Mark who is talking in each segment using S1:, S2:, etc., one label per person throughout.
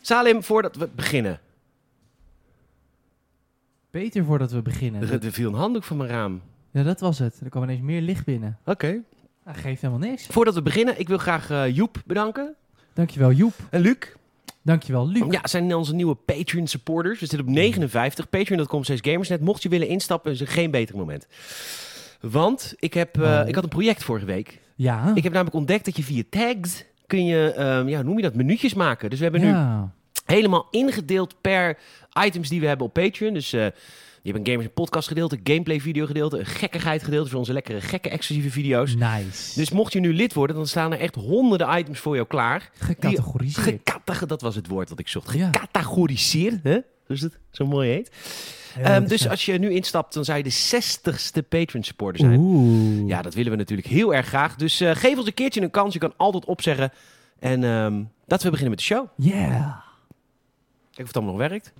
S1: Salim, voordat we beginnen.
S2: Beter voordat we beginnen.
S1: Er, er viel een handdoek van mijn raam.
S2: Ja, dat was het. Er kwam ineens meer licht binnen.
S1: Oké.
S2: Dat geeft helemaal niks.
S1: Voordat we beginnen, ik wil graag eh, Joep bedanken.
S2: Dankjewel Joep.
S1: En Luc.
S2: Dankjewel Luc.
S1: Ja, zijn onze nieuwe Patreon supporters. We zitten op 59. Patreon.com slash gamersnet. Mocht je willen instappen, is er geen beter moment. Want ik, heb, eh,
S2: Oh.
S1: ik had een project vorige week.
S2: Ja.
S1: Ik heb namelijk ontdekt dat je via tags kun je, ehm, ja, hoe noem je dat, minuutjes maken. Dus we hebben nu
S2: Ja.
S1: helemaal ingedeeld per items die we hebben op Patreon. Dus eh, je hebt een gamers en podcast gedeelte, een gameplay video gedeelte, een gekkigheid gedeelte voor onze lekkere gekke exclusieve video's.
S2: Nice.
S1: Dus mocht je nu lid worden, dan staan er echt honderden items voor jou klaar.
S2: gecategoriseerd.
S1: Gecateg- dat was het woord dat ik zocht.
S2: Ja.
S1: Gecategoriseerd, hè? Dus het zo mooi heet.
S2: Ja,
S1: Ehm,
S2: dat is
S1: dus
S2: wel-
S1: als je nu instapt, dan zou je de 60ste patron supporter zijn.
S2: Oeh.
S1: Ja, dat willen we natuurlijk heel erg graag. Dus eh, geef ons een keertje een kans. Je kan altijd opzeggen. En ehm laten we beginnen met de show.
S2: Yeah.
S1: Kijk of het allemaal nog werkt.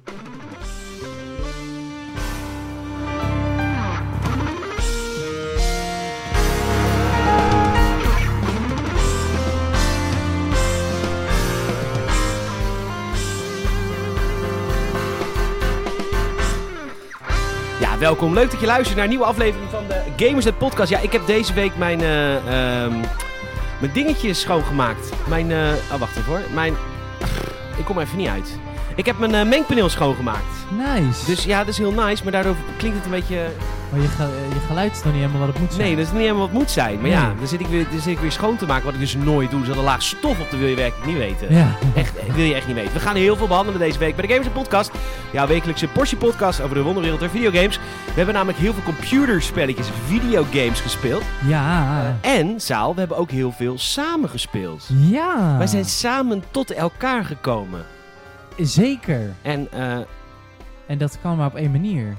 S1: Ja, welkom. Leuk dat je luistert naar een nieuwe aflevering van de Gamers Net Podcast. Ja, ik heb deze week mijn, eh, ehm, mijn dingetjes schoongemaakt. Mijn, eh, oh wacht even hoor. Mijn, ik kom er even niet uit. Ik heb mijn eh, mengpaneel schoongemaakt.
S2: Nice.
S1: Dus ja, dat is heel nice, maar daardoor klinkt het een beetje...
S2: Maar je, ge- je geluid is nog niet helemaal wat het moet zijn.
S1: Nee, dat is niet helemaal wat het moet zijn. Maar ja,
S2: Nee.
S1: dan zit, ik weer, dan zit ik weer schoon te maken, wat ik dus nooit doe. Er zat een laag stof op, dat wil je werkelijk niet weten.
S2: Ja.
S1: Echt, eh, wil je echt niet weten. We gaan heel veel behandelen deze week bij de Gamers en Podcast. Jouw wekelijkse portie podcast over de wonderwereld der videogames. We hebben namelijk heel veel computerspelletjes, videogames gespeeld.
S2: Ja.
S1: En, Saal, we hebben ook heel veel samen gespeeld.
S2: Ja.
S1: Wij zijn samen tot elkaar gekomen.
S2: Zeker.
S1: En, eh,
S2: En dat kan maar op één manier.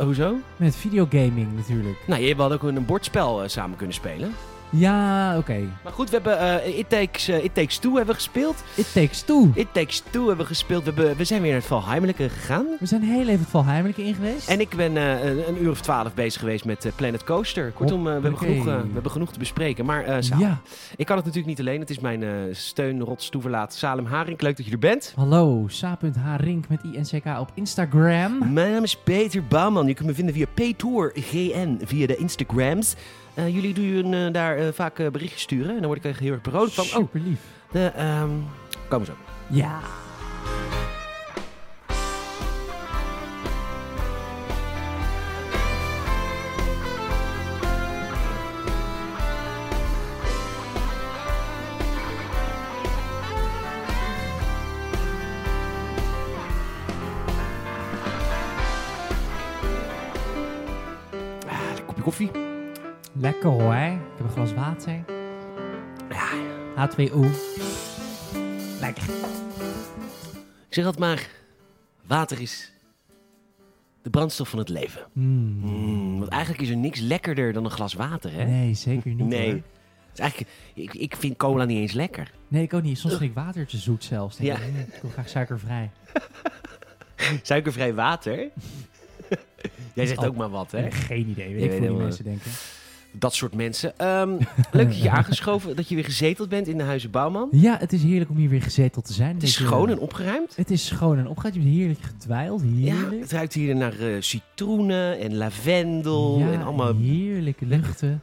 S1: hoezo?
S2: Met videogaming natuurlijk.
S1: Nou, je had ook een bordspel eh, samen kunnen spelen.
S2: Ja, oké.
S1: Maar goed, we hebben eh, It, Takes, eh, It Takes Two hebben we gespeeld.
S2: It takes two.
S1: It Takes Two hebben we gespeeld. We, hebben- we zijn weer naar het Valheimelijke gegaan.
S2: We zijn heel even het Valheimelijke in geweest.
S1: En ik ben eh, een, een uur of twaalf bezig geweest met eh, Planet Coaster. Kortom, eh, we, hebben
S2: Oké.
S1: genoeg, eh, we hebben genoeg te bespreken. Maar eh, Salem,
S2: Ja.
S1: ik kan het natuurlijk niet alleen. Het is mijn eh steun, rots, toeverlaat. Salem Haring, leuk dat je er bent.
S2: Hallo, sa.hrink met INCK op Instagram.
S1: Mijn naam is Peter Bouwman. Je kunt me vinden via Paytour GN, via de Instagrams. Eh, jullie doen eh, daar eh, vaak eh, berichtjes sturen. En dan word ik er heel erg berood van. Oh,
S2: Super lief.
S1: de, ehm komen zo.
S2: Ja.
S1: Ah, een kopje koffie.
S2: Lekker hoor. Ik heb een glas water.
S1: Ja,
S2: H2O. Lekker.
S1: Ik zeg altijd maar, water is de brandstof van het leven.
S2: Mm.
S1: Mm, want eigenlijk is er niks lekkerder dan een glas water, hè?
S2: Nee, zeker niet.
S1: Nee.
S2: hoor.
S1: Het is eigenlijk, ik, ik vind cola niet eens lekker.
S2: Nee, ik ook niet. Soms vind ik water te zoet zelfs. Denk
S1: Ja.
S2: ik, mm, ik wil graag suikervrij.
S1: Suikervrij water? Jij zegt
S2: Oh.
S1: ook maar wat, hè?
S2: Nee, geen idee. Weet
S1: Je weet
S2: ik veel hoe die
S1: helemaal-
S2: mensen denken.
S1: Dat soort mensen. Ehm, leuk dat je aangeschoven, dat je weer gezeteld bent in de Huizen Bouwman.
S2: Ja, het is heerlijk om hier weer gezeteld te zijn.
S1: Het is
S2: Deze-
S1: schoon en opgeruimd.
S2: Het is schoon en opgaat. Je bent heerlijk gedwijld.
S1: Ja,
S2: Heerlijk.
S1: het ruikt hier naar eh, citroenen en lavendel en allemaal
S2: heerlijke luchten.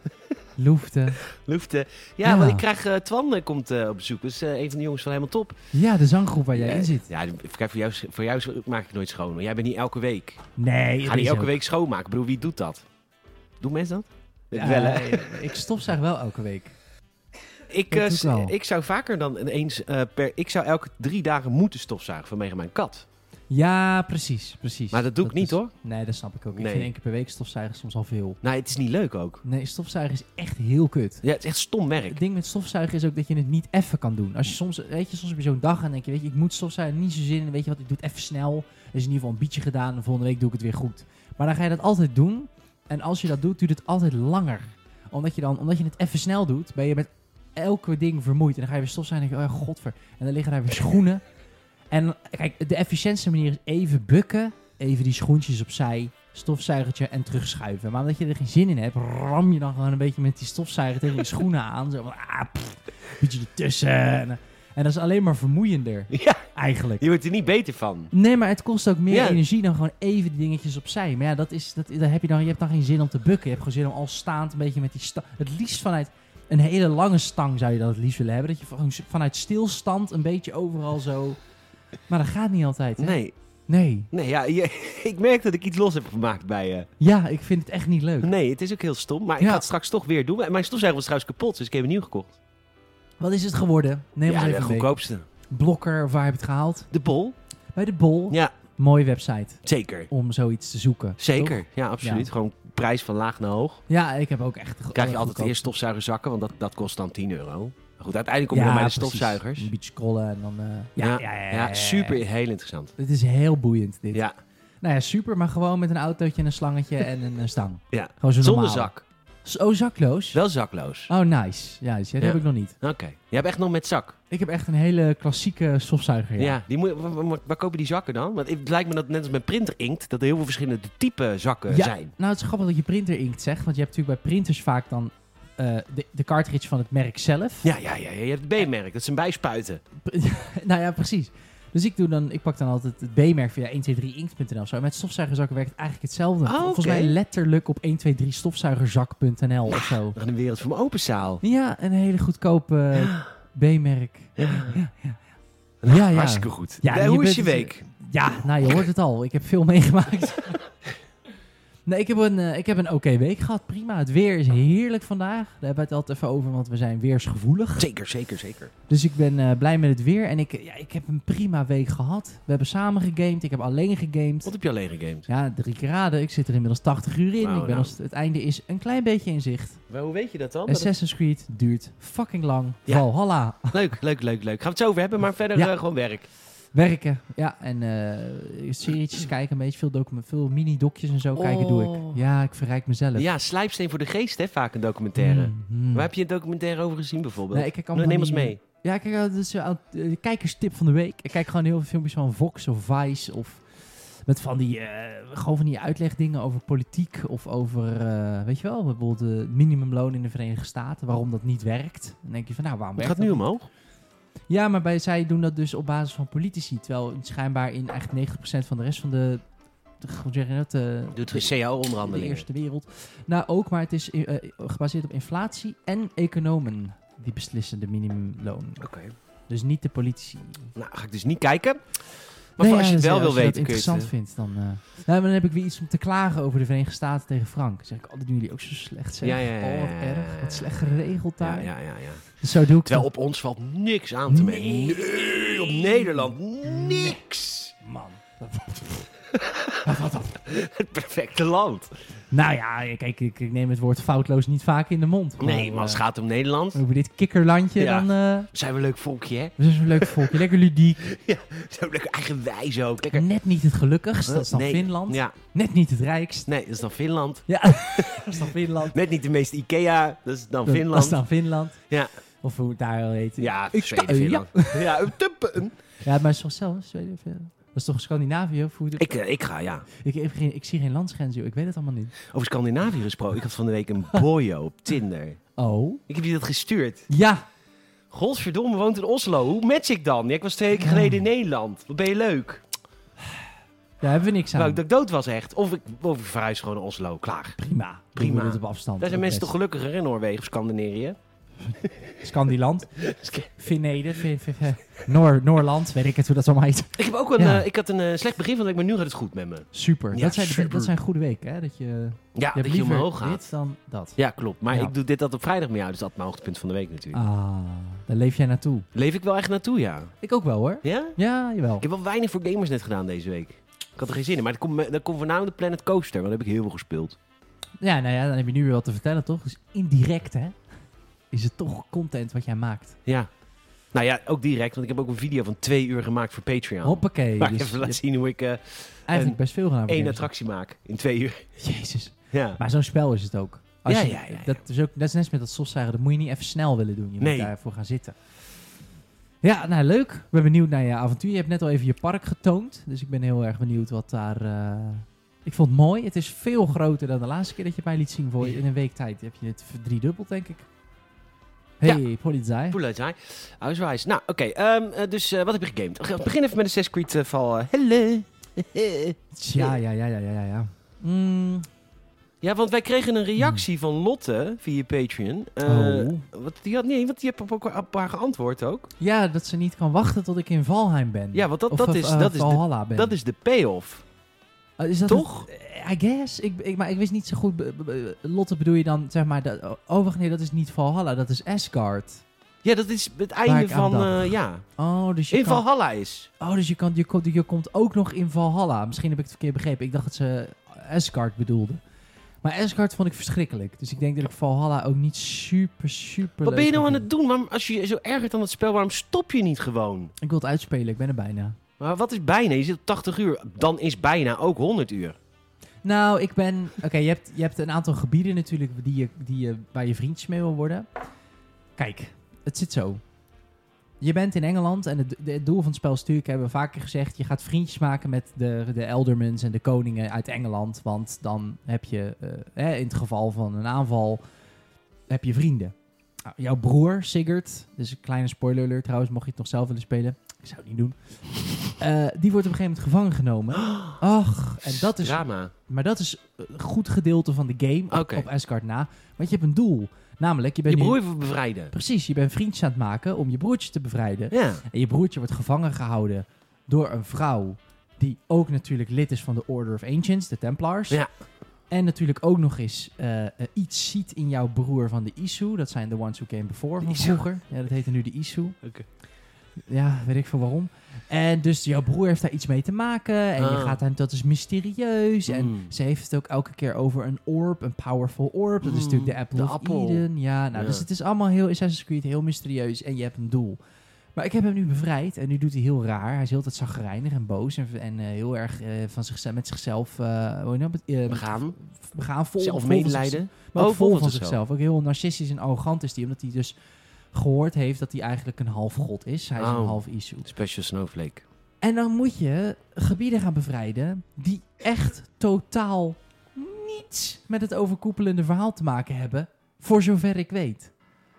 S2: Loeften.
S1: luften. Ja,
S2: Ja.
S1: want ik krijg... eh, Twan eh, komt eh, op bezoek. Dat is eh, een van de jongens van Helemaal Top.
S2: Ja, de zanggroep waar jij
S1: Ja,
S2: in zit.
S1: Ja, kijk, voor jou, voor jou maak ik nooit schoon. hoor. Jij bent niet elke week.
S2: Nee,
S1: Ga
S2: dat is
S1: niet elke
S2: ook-
S1: week schoonmaken. Ik bedoel, wie doet dat? Doen mensen dat?
S2: Ja,
S1: wel, hè?
S2: Ik stofzuig wel elke week.
S1: Ik,
S2: dat
S1: eh,
S2: doe ik
S1: s-
S2: wel.
S1: ik zou vaker dan eens eh, per... Ik zou elke drie dagen moeten stofzuigen vanwege mijn kat.
S2: Ja, precies, precies.
S1: Maar dat doe ik niet,
S2: is-
S1: hoor.
S2: Nee, dat snap ik ook. Ik
S1: Nee.
S2: vind één keer per week stofzuigen soms al veel.
S1: Nou, het is niet leuk ook.
S2: Nee, stofzuigen is echt heel kut.
S1: Ja, het is echt stom werk.
S2: Het ding met stofzuigen is ook dat je het niet even kan doen. Als je soms, weet je, soms heb je zo'n dag en denk je, weet je, ik moet stofzuigen, niet zo zin in, weet je wat, ik doe het even snel. Er is in ieder geval een bietje gedaan en volgende week doe ik het weer goed. Maar dan ga je dat altijd doen en als je dat doet, duurt het altijd langer. Omdat je, dan, omdat je het even snel doet, ben je met elke ding vermoeid. En dan ga je weer stofzuigen en denk je, oh ja, godver. En dan liggen daar weer schoenen. En kijk, de efficiëntste manier is even bukken, even die schoentjes opzij, stofzuigertje en terugschuiven. Maar omdat je er geen zin in hebt, ram je dan gewoon een beetje met die stofzuiger tegen je schoenen aan. Zo van, ah, pff, een beetje ertussen. En, eh, en dat is alleen maar vermoeiender.
S1: Ja,
S2: Eigenlijk.
S1: Je wordt er niet beter van.
S2: Nee, maar het kost ook meer
S1: Ja.
S2: energie dan gewoon even die dingetjes opzij. Maar ja, dat is, dat, daar heb je, dan, je hebt dan geen zin om te bukken. Je hebt gewoon zin om al staand een beetje met die stang... Het liefst vanuit een hele lange stang zou je dat het liefst willen hebben. Dat je gewoon s- vanuit stilstand een beetje overal zo... Maar dat gaat niet altijd, hè?
S1: Nee,
S2: Nee.
S1: nee ja, je- ik merk dat ik iets los heb gemaakt bij je.
S2: Ja, ik vind het echt niet leuk.
S1: Nee, het is ook heel stom, maar ik
S2: Ja.
S1: ga het straks toch weer doen. Mijn stofzuiger was trouwens kapot, dus ik heb een nieuw gekocht.
S2: Wat is het geworden? Neem
S1: ja,
S2: ons
S1: de
S2: even mee.
S1: goedkoopste.
S2: Blokker, of waar heb je het gehaald?
S1: De bol?
S2: Bij de Bol.
S1: Ja,
S2: Mooie website
S1: zeker.
S2: om zoiets te zoeken.
S1: Zeker,
S2: toch?
S1: ja, absoluut. Gewoon prijs van laag naar hoog.
S2: Ja, ik heb ook echt...
S1: Dan krijg je altijd eerst stofzuigerzakken, want dat, dat kost dan 10 euro. Maar goed, uiteindelijk kom je dan bij de stofzuigers.
S2: Een beetje scrollen en dan... eh, ja, ja, ja, ja, ja.
S1: super, heel interessant.
S2: Het is heel boeiend dit.
S1: Ja,
S2: Nou ja, super, maar gewoon met een autootje en een slangetje en een eh, stang.
S1: ja.
S2: Gewoon zo
S1: Zonder
S2: normaal.
S1: zak.
S2: Z- Oh, zakloos?
S1: Wel zakloos.
S2: Oh, nice. Ja, dus ja, dat
S1: Ja.
S2: heb ik nog niet.
S1: Oké. Je hebt echt nog met zak.
S2: Ik heb echt een hele klassieke stofzuiger.
S1: Ja.
S2: Ja.
S1: die moet, waar, waar- waar kopen die zakken dan? Want het lijkt me dat net als met printerinkt, dat er heel veel verschillende type zakken
S2: Ja.
S1: zijn.
S2: Nou, het is grappig dat je printerinkt zegt, want je hebt natuurlijk bij printers vaak dan eh, de, de cartridge van het merk zelf.
S1: Ja, ja, ja. ja. Je hebt het B-merk, dat is een bijspuiten.
S2: nou ja, precies. Dus ik, doe dan, ik pak dan altijd het B-merk via 123inkt.nl of zo. En met stofzuigerzakken werkt het eigenlijk hetzelfde.
S1: Oh,
S2: Volgens
S1: oké.
S2: mij letterlijk op 123stofzuigerzak.nl of zo.
S1: Dan een wereld voor mijn openzaal.
S2: Ja, een hele goedkope eh, B-merk.
S1: Ja,
S2: Ja, ja.
S1: Hartstikke goed.
S2: Ja,
S1: Eh,
S2: je
S1: hoe is
S2: bent
S1: je
S2: het-
S1: week?
S2: Ja, nou je hoort het al. Ik heb veel meegemaakt. nee, ik heb een, eh, ik heb een oké week gehad. Prima. Het weer is heerlijk vandaag. Daar hebben we het altijd even over, want we zijn weersgevoelig.
S1: Zeker, zeker, zeker.
S2: Dus ik ben eh, blij met het weer. En ik, eh, ja, ik heb een prima week gehad. We hebben samen gegamed. Ik heb alleen
S1: Wat
S2: gegamed.
S1: heb je alleen gegamed?
S2: Ja, drie keer raden. Ik zit er inmiddels 80 uur in.
S1: Nou,
S2: ik ben
S1: nou.
S2: als het einde is een klein beetje in zicht.
S1: Maar hoe weet je dat dan? Dat het-
S2: Assassin's Creed duurt fucking lang.
S1: Ja.
S2: Valhalla.
S1: Leuk, leuk, leuk, leuk. Gaan we het zo over hebben, maar verder
S2: Ja.
S1: eh, gewoon werk.
S2: Werken. Ja, en eh serietjes kijken. Een beetje veel, document, veel mini-dokjes en zo kijken doe
S1: Oh.
S2: ik. Ja, ik verrijk mezelf.
S1: Ja, slijpsteen voor de geest, hè, vaak een documentaire.
S2: Mm, mm.
S1: Waar heb je een documentaire over gezien bijvoorbeeld?
S2: Nee, ik kijk allemaal
S1: Neem ons
S2: die-
S1: mee.
S2: Ja, kijk, eh, dat is eh, eh, kijkerstip van de week. Ik kijk gewoon heel veel filmpjes van Vox of Vice of met van die, eh, gewoon van die uitlegdingen over politiek of over, eh, weet je wel, bijvoorbeeld het minimumloon in de Verenigde Staten, waarom dat niet werkt. Dan denk je van, nou, waarom
S1: Het
S2: werkt
S1: gaat
S2: dat
S1: nu omhoog.
S2: Ja, maar bij, zij doen dat dus op basis van politici. Terwijl schijnbaar in echt 90% van de rest van de. de hoe zeg je dat? De,
S1: Doet
S2: de, de
S1: CAO-onderhandelingen.
S2: Eerste Wereld. Nou, ook, maar het is eh, eh, gebaseerd op inflatie en economen. Die beslissen de minimumloon.
S1: Oké.
S2: Dus niet de politici.
S1: Nou, ga ik dus niet kijken. Maar
S2: Nee,
S1: voor
S2: ja,
S1: als je het
S2: dus,
S1: wel
S2: eh,
S1: wil
S2: als je dat
S1: weten, kun je het...
S2: interessant vindt, dan. eh, nou, maar dan heb ik weer iets om te klagen over de Verenigde Staten tegen Frank. Dan zeg ik, oh, dat doen jullie ook zo slecht. Zeg.
S1: Ja, ja, ja,
S2: Oh, wat
S1: ja, ja, ja,
S2: erg.
S1: ja.
S2: Wat slecht geregeld
S1: eh, ja,
S2: daar.
S1: ja, ja, ja.
S2: Dus zo doe ik
S1: Terwijl
S2: dat.
S1: op ons valt niks aan te merken.
S2: Nee.
S1: Nee, op Nederland niks.
S2: Man.
S1: Het perfecte land.
S2: Nou ja, kijk, ik, ik neem het woord foutloos niet vaak in de mond.
S1: Nee, maar als
S2: eh,
S1: het gaat om Nederland,
S2: Over dit kikkerlandje,
S1: Ja.
S2: dan... eh
S1: zijn we een leuk volkje, hè?
S2: we zijn zo'n leuk volkje, lekker ludiek.
S1: Zo lekker eigenwijs ook. Lekker.
S2: Net niet het gelukkigst, dat is dan
S1: Nee.
S2: Finland.
S1: Ja,
S2: Net niet het rijkst.
S1: nee, dat is dan Finland.
S2: Ja, dat is dan Finland.
S1: Net niet de meeste Ikea, dat is dan
S2: Dat
S1: Finland.
S2: is dan Finland.
S1: Ja.
S2: Of hoe het daar al heet.
S1: Ja,
S2: Ik-
S1: Zweden,
S2: eh, ja.
S1: Finland. Ja, een tuppen.
S2: Ja, maar soms zelfs, Zweden of, eh, Dat is toch Scandinavië? Of hoe het-
S1: ik, eh, ik ga, ja.
S2: ik, heb geen, ik zie geen landsgrens, joh. Ik weet het allemaal niet.
S1: Over Scandinavië gesproken. Ik had van de week een boyo op Tinder.
S2: Oh.
S1: Ik heb je dat gestuurd.
S2: Ja.
S1: Godverdomme, woont in Oslo. Hoe match ik dan? Ja, ik was twee weken geleden in Nederland. Wat ben je leuk.
S2: Daar hebben we niks aan.
S1: Wou ik Nou, dat ik dood was echt. Of ik, of ik verhuis gewoon naar Oslo. Klaar.
S2: Prima. Doen
S1: Prima.
S2: we dit op afstand.
S1: Daar zijn
S2: Ook
S1: mensen toch
S2: best.
S1: gelukkiger in Noorwegen of Scandinavië?
S2: Scandiland. Fineden. Fin, fin- fin- Noor, Noorland. Weet ik het hoe dat allemaal heet.
S1: Ik, heb ook een,
S2: Ja.
S1: eh, ik had een eh, slecht begin van de week, maar nu gaat het goed met me.
S2: Super.
S1: Ja,
S2: dat, zijn,
S1: super.
S2: dat zijn goede weken, hè? Dat je, je
S1: Ja,
S2: hebt
S1: dat je
S2: liever
S1: omhoog gaat.
S2: dit dan dat.
S1: Ja, klopt. Maar
S2: Ja.
S1: ik doe dit dat op vrijdag met jou, dus dat is mijn hoogtepunt van de week natuurlijk.
S2: Ah, daar leef jij naartoe.
S1: Leef ik wel echt naartoe, ja.
S2: Ik ook wel, hoor.
S1: Ja?
S2: Ja, jawel.
S1: Ik heb wel weinig voor gamers net gedaan deze week. Ik had er geen zin in, maar dat komt, dat komt voornamelijk Planet Coaster, want daar heb ik heel veel gespeeld.
S2: Ja, nou ja, dan heb je nu weer wat te vertellen, toch? Dus indirect, hè? Is het toch content wat jij maakt?
S1: Ja. Nou ja, ook direct, want ik heb ook een video van twee uur gemaakt voor Patreon.
S2: Hoppakee.
S1: Waar ik
S2: dus
S1: even
S2: je
S1: laat
S2: hebt
S1: zien hoe ik eh,
S2: eigenlijk best veel gedaan. voor
S1: één
S2: games.
S1: attractie maak in twee uur.
S2: Jezus.
S1: Ja.
S2: Maar zo'n spel is het ook. Als
S1: Ja,
S2: je-
S1: ja, ja, ja.
S2: Dat, is ook, dat is net als met dat stofzuigen. Dat moet je niet even snel willen doen. Je
S1: Nee.
S2: moet daarvoor gaan zitten. Ja, nou leuk. Ik ben benieuwd naar je avontuur. Je hebt net al even je park getoond. Dus ik ben heel erg benieuwd wat daar... eh, Ik vond het mooi. Het is veel groter dan de laatste keer dat je het mij liet zien voor je in een week tijd. Heb je het verdriedubbeld, denk ik.
S1: Ja.
S2: Hey, politie.
S1: Polizei. Ausweis. Nou, oké. ehm, eh, dus eh, wat heb je gegamed? Oké, Begin even met een Assassin's Creed eh, val. eh, Hello.
S2: Ja, ja, ja, ja, ja, ja. ja. Mm,
S1: Ja, want wij kregen een reactie van Lotte via Patreon. Eh,
S2: Hmm. oh.
S1: Wat, die had nee, want die heeft op elkaar geantwoord ook.
S2: Ja, dat ze niet kan wachten tot ik in Valheim ben.
S1: Ja, want dat,
S2: Of,
S1: dat,
S2: of,
S1: is,
S2: eh,
S1: dat, is, de,
S2: Valhalla ben.
S1: dat is de payoff.
S2: Oh, is dat
S1: toch?
S2: het? I guess. Ik, ik, maar ik wist niet zo goed. be- be- be- Lotte bedoel je dan, zeg maar. Dat, oh, nee, dat is niet Valhalla, dat is Asgard.
S1: Ja, dat is het
S2: Waar
S1: einde
S2: ik
S1: van.
S2: aan dacht.
S1: eh, ja.
S2: Oh, dus je
S1: In
S2: kan...
S1: Valhalla is.
S2: Oh, dus je, kan, je, komt, je komt ook nog in Valhalla. Misschien heb ik het verkeerd begrepen. Ik dacht dat ze Asgard bedoelde. Maar Asgard vond ik verschrikkelijk. Dus ik denk dat ik Valhalla ook niet super, super
S1: Wat ben je
S2: leuk
S1: nou aan
S2: vind.
S1: het doen? Waarom, als je je zo ergert aan het spel, waarom stop je niet gewoon?
S2: Ik wil het uitspelen, ik ben er bijna.
S1: Maar wat is bijna? Je zit op 80 uur. Dan is bijna ook 100 uur.
S2: Nou, ik ben... Oké, je, hebt, je hebt een aantal gebieden natuurlijk die je, die je, waar je vriendjes mee wil worden. Kijk, het zit zo. Je bent in Engeland en het, het doel van het spel is natuurlijk, hebben we vaker gezegd, je gaat vriendjes maken met de, de eldermans en de koningen uit Engeland. Want dan heb je, eh, hè, in het geval van een aanval, heb je vrienden. Nou, jouw broer, Sigurd, dus een kleine spoiler alert trouwens, mocht je het nog zelf willen spelen. Ik zou het niet doen. Eh, die wordt op een gegeven moment gevangen genomen. Ach, en dat is
S1: Oh, Drama.
S2: maar dat is een goed gedeelte van de game op-
S1: Oké.
S2: op Asgard na. Want je hebt een doel. Namelijk, je bent
S1: Je
S2: nu-
S1: broer bevrijden.
S2: Precies, je bent vriendjes aan het maken om je broertje te bevrijden.
S1: Ja.
S2: En je broertje wordt gevangen gehouden door een vrouw... die ook natuurlijk lid is van de Order of Ancients, de Templars.
S1: Ja.
S2: En natuurlijk ook nog eens eh, eh, iets ziet in jouw broer van de Isu. Dat zijn de ones who came before van
S1: Isu.
S2: vroeger. Ja, dat heette nu de Isu.
S1: Oké.
S2: Ja, weet ik veel waarom. En dus jouw broer heeft daar iets mee te maken. En je
S1: Ah.
S2: gaat daar, dat is mysterieus. En
S1: Mm.
S2: ze heeft het ook elke keer over een orb, een powerful orb. Dat is
S1: Mm,
S2: natuurlijk de Apple
S1: de
S2: of
S1: appel.
S2: Eden. Ja, nou,
S1: Ja.
S2: dus het is allemaal heel Assassin's Creed, heel mysterieus. En je hebt een doel. Maar ik heb hem nu bevrijd en nu doet hij heel raar. Hij is heel tijd zagrijnig en boos en, en eh, heel erg eh, van zichzelf, met zichzelf... eh hoe noem je dat? Eh,
S1: Begaan.
S2: begaan, vol,
S1: Zelf
S2: vol van
S1: medelijden.
S2: maar ook
S1: Oh,
S2: vol
S1: vol
S2: van,
S1: van
S2: zichzelf. Ook heel narcistisch en arrogant is hij. Omdat hij dus gehoord heeft dat hij eigenlijk een half god is. Hij is
S1: Oh.
S2: een half Isu.
S1: Special Snowflake.
S2: En dan moet je gebieden gaan bevrijden die echt totaal niets met het overkoepelende verhaal te maken hebben. Voor zover ik weet.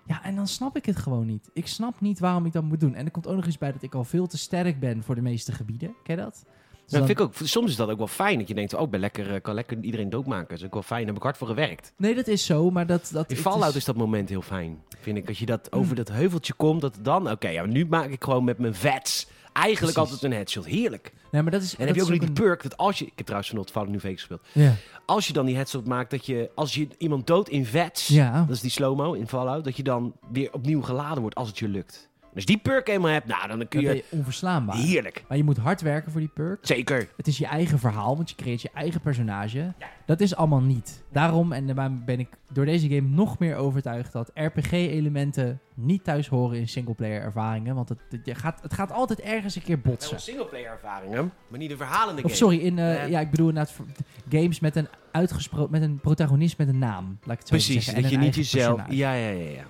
S2: Ja, en dan snap ik het gewoon niet. Ik snap niet waarom ik dat moet doen. En er komt ook nog eens bij dat ik al veel te sterk ben voor de meeste gebieden. Ken je dat? Dus
S1: Nou,
S2: dan-
S1: vind ik ook, soms is dat ook wel fijn. Dat je denkt, oh, ik ben lekker, eh, kan lekker iedereen doodmaken. Dat is ook wel fijn. Daar heb ik hard voor gewerkt.
S2: Nee, dat is zo, maar dat... dat
S1: In
S2: het
S1: Fallout
S2: is- Mm.
S1: is dat moment heel fijn. Vind ik, als je dat over dat heuveltje komt, dat dan... Oké, ja, nu maak ik gewoon met mijn vets eigenlijk
S2: Precies.
S1: altijd een headshot. Heerlijk. En
S2: Nee, maar dat is...
S1: dan
S2: dat
S1: heb je ook
S2: is
S1: nog die
S2: een-
S1: perk dat als je... Ik heb trouwens vanochtend Fallout New Vegas gespeeld.
S2: Ja.
S1: Als je dan die headshot maakt, dat je... Als je iemand dood in vets,
S2: ja.
S1: dat is die slow-mo in Fallout... dat je dan weer opnieuw geladen wordt als het je lukt. Dus die perk eenmaal hebt, nou, dan kun
S2: Dan ben
S1: je...
S2: je onverslaanbaar.
S1: Heerlijk.
S2: Maar je moet hard werken voor die perk.
S1: Zeker.
S2: Het is je eigen verhaal, want je creëert je eigen personage. Dat is allemaal niet. Daarom, en daarom ben ik door deze game nog meer overtuigd dat RPG-elementen niet thuis horen in singleplayer ervaringen. Want het, het- je gaat, het gaat altijd ergens een keer botsen.
S1: Wel singleplayer ervaringen, maar niet een verhalende game.
S2: Of sorry, in, eh,
S1: Ja.
S2: ja, ik bedoel inderdaad voor- games met een, uitgespro- met een protagonist met een naam. Laat ik het zo
S1: Precies,
S2: zeggen. en
S1: dat je
S2: een
S1: niet
S2: eigen
S1: jezelf...
S2: personage.
S1: Ja, ja, ja, ja.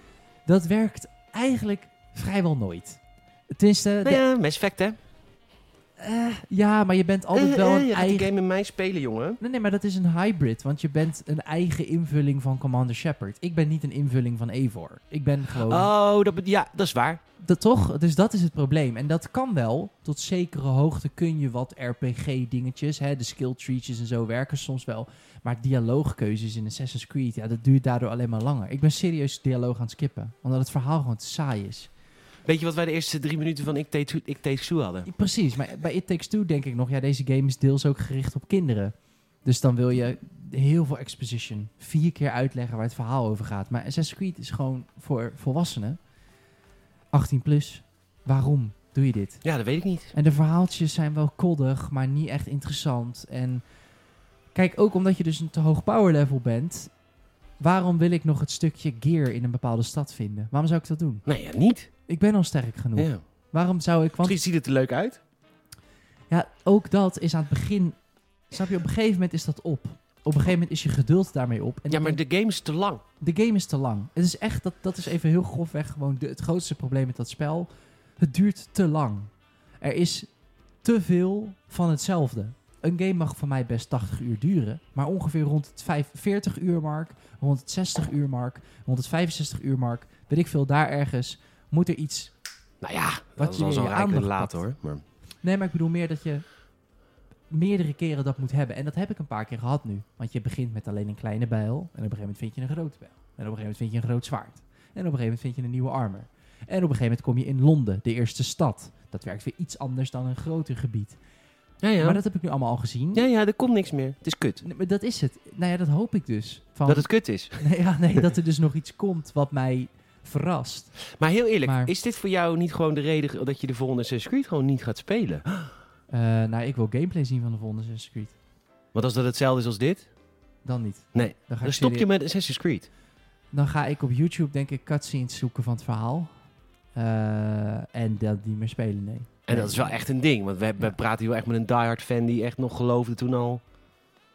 S2: Dat werkt eigenlijk vrijwel nooit. Tenminste, de-
S1: Nou ja, Mass Effect, hè?
S2: eh, ja, maar je bent altijd wel een
S1: Eh, je gaat
S2: eigen...
S1: die game in mij spelen, jongen.
S2: Nee, nee, maar dat is een hybrid, want je bent een eigen invulling van Commander Shepard. Ik ben niet een invulling van Eivor. Ik ben gewoon...
S1: Oh, dat, bet- ja, dat is waar.
S2: Dat toch? Dus dat is het probleem. En dat kan wel. Tot zekere hoogte kun je wat RPG-dingetjes, hè, de skill trees en zo werken soms wel. Maar dialoogkeuzes in Assassin's Creed, ja, dat duurt daardoor alleen maar langer. Ik ben serieus dialoog aan het skippen, omdat het verhaal gewoon te saai is.
S1: Weet je wat wij de eerste drie minuten van Ik Take Two, ik Take Two hadden?
S2: Precies, maar bij It Takes Two denk ik nog, ja, deze game is deels ook gericht op kinderen. Dus dan wil je heel veel exposition, vier keer uitleggen waar het verhaal over gaat. Maar Assassin's Creed is gewoon voor volwassenen, 18 plus. Waarom doe je dit?
S1: Ja, dat weet ik niet.
S2: En de verhaaltjes zijn wel koddig, maar niet echt interessant. En kijk, ook omdat je dus een te hoog power level bent, waarom wil ik nog het stukje gear in een bepaalde stad vinden? Waarom zou ik dat doen?
S1: Nou ja, niet.
S2: Ik ben al sterk genoeg.
S1: Ja.
S2: Waarom zou ik... Want
S1: Misschien ziet het er leuk uit.
S2: Ja, ook dat is aan het begin. Snap je, op een gegeven moment is dat op. Op een gegeven moment is je geduld daarmee op. En
S1: Ja,
S2: ik
S1: maar
S2: denk,
S1: de game is te lang.
S2: de... game is te lang. Het is echt, dat, dat is even heel grofweg gewoon de, het grootste probleem met dat spel. Het duurt te lang. Er is te veel van hetzelfde. Een game mag voor mij best 80 uur duren. Maar ongeveer rond het 45 uur mark, rond het 60 uur mark, rond het 65 uur mark weet ik veel, daar ergens moet er iets...
S1: Nou ja,
S2: Wat
S1: dat is
S2: je
S1: dan
S2: je
S1: zo'n rijke
S2: aandacht
S1: later hoor.
S2: pakt.
S1: Maar,
S2: Nee, maar ik bedoel meer dat je meerdere keren dat moet hebben. En dat heb ik een paar keer gehad nu. Want je begint met alleen een kleine bijl. En op een gegeven moment vind je een grote bijl. En op een gegeven moment vind je een groot zwaard. En op een gegeven moment vind je een nieuwe armor. En op een gegeven moment kom je in Londen, de eerste stad. Dat werkt weer iets anders dan een groter gebied.
S1: ja, ja.
S2: Maar dat heb ik nu allemaal al gezien.
S1: ja, ja, er komt niks meer. Het is kut.
S2: Nee, maar dat is het. Nou ja, dat hoop ik dus. Van,
S1: Dat het kut is.
S2: nee, ja, nee, dat er dus nog iets komt wat mij verrast.
S1: Maar heel eerlijk,
S2: Maar-
S1: is dit voor jou niet gewoon de reden dat je de volgende Assassin's Creed gewoon niet gaat spelen?
S2: Eh, nou, ik wil gameplay zien van de volgende Assassin's Creed.
S1: Want als dat hetzelfde is als dit,
S2: Dan niet.
S1: Nee,
S2: dan, ga ik
S1: dan stop je
S2: serieus-
S1: met Assassin's Creed.
S2: Dan ga ik op YouTube, denk ik, cutscenes zoeken van het verhaal. Eh, en dat niet meer spelen, nee.
S1: En
S2: Nee.
S1: dat is wel echt een ding, want we, we
S2: Ja.
S1: praten hier echt met een diehard fan die echt nog geloofde toen al.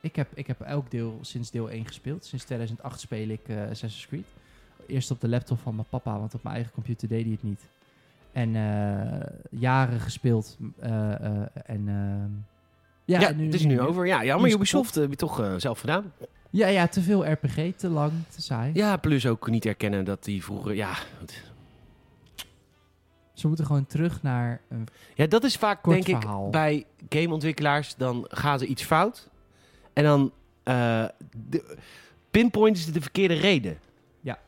S2: Ik heb, ik heb elk deel sinds deel 1 gespeeld. Sinds 2008 speel ik eh, Assassin's Creed. Eerst op de laptop van mijn papa, want op mijn eigen computer deed hij het niet. En eh, jaren gespeeld. m- eh, eh, en, ehm,
S1: Ja,
S2: en
S1: het is nu
S2: weer.
S1: over. Ja, ja
S2: Nu
S1: maar
S2: is het
S1: Ubisoft eh, heb je toch eh, zelf gedaan.
S2: Ja, ja, te veel RPG, te lang, te saai.
S1: Ja, plus ook niet erkennen dat die vroeger... Ja, het-
S2: Ze moeten gewoon terug naar een...
S1: ja dat is vaak,
S2: Kort
S1: denk ik,
S2: verhaal.
S1: bij gameontwikkelaars, dan gaan ze iets fout. En dan eh de, pinpointen ze de verkeerde reden.
S2: Ja.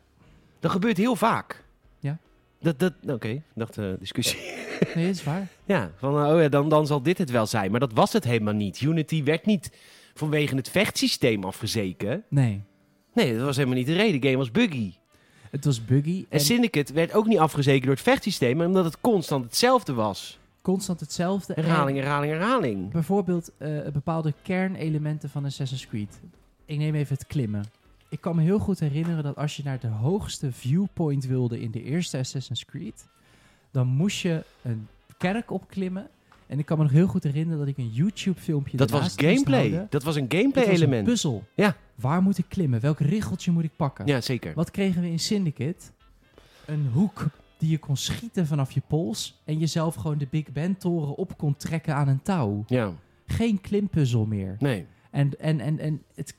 S1: Dat gebeurt heel vaak.
S2: Ja.
S1: Dat, dat, Oké, dacht eh, discussie.
S2: Nee, dat is waar.
S1: Ja, van eh, oh ja, dan, dan zal dit het wel zijn. Maar dat was het helemaal niet. Unity werd niet vanwege het vechtsysteem afgezeken.
S2: Nee,
S1: Nee, dat was helemaal niet de reden. De game was buggy.
S2: het was buggy.
S1: En, Syndicate werd ook niet afgezeken door het vechtsysteem, maar omdat het constant hetzelfde was.
S2: constant hetzelfde. en-
S1: Herhaling, herhaling, herhaling.
S2: Bijvoorbeeld eh, bepaalde kernelementen van Assassin's Creed. Ik neem even het klimmen. Ik kan me heel goed herinneren dat als je naar de hoogste viewpoint wilde in de eerste Assassin's Creed, dan moest je een kerk opklimmen. En ik kan me nog heel goed herinneren dat ik een YouTube-filmpje
S1: Dat was
S2: daarnaast moest
S1: gameplay.
S2: houden.
S1: Dat was een
S2: Het was een
S1: gameplay-element.
S2: puzzel.
S1: Ja.
S2: Waar moet ik klimmen? Welk richeltje moet ik pakken?
S1: Ja, zeker.
S2: Wat kregen we in Syndicate? Een hoek die je kon schieten vanaf je pols en jezelf gewoon de Big Ben-toren op kon trekken aan een touw
S1: Ja,
S2: geen klimpuzzel meer.
S1: nee.
S2: En, en, en, en het,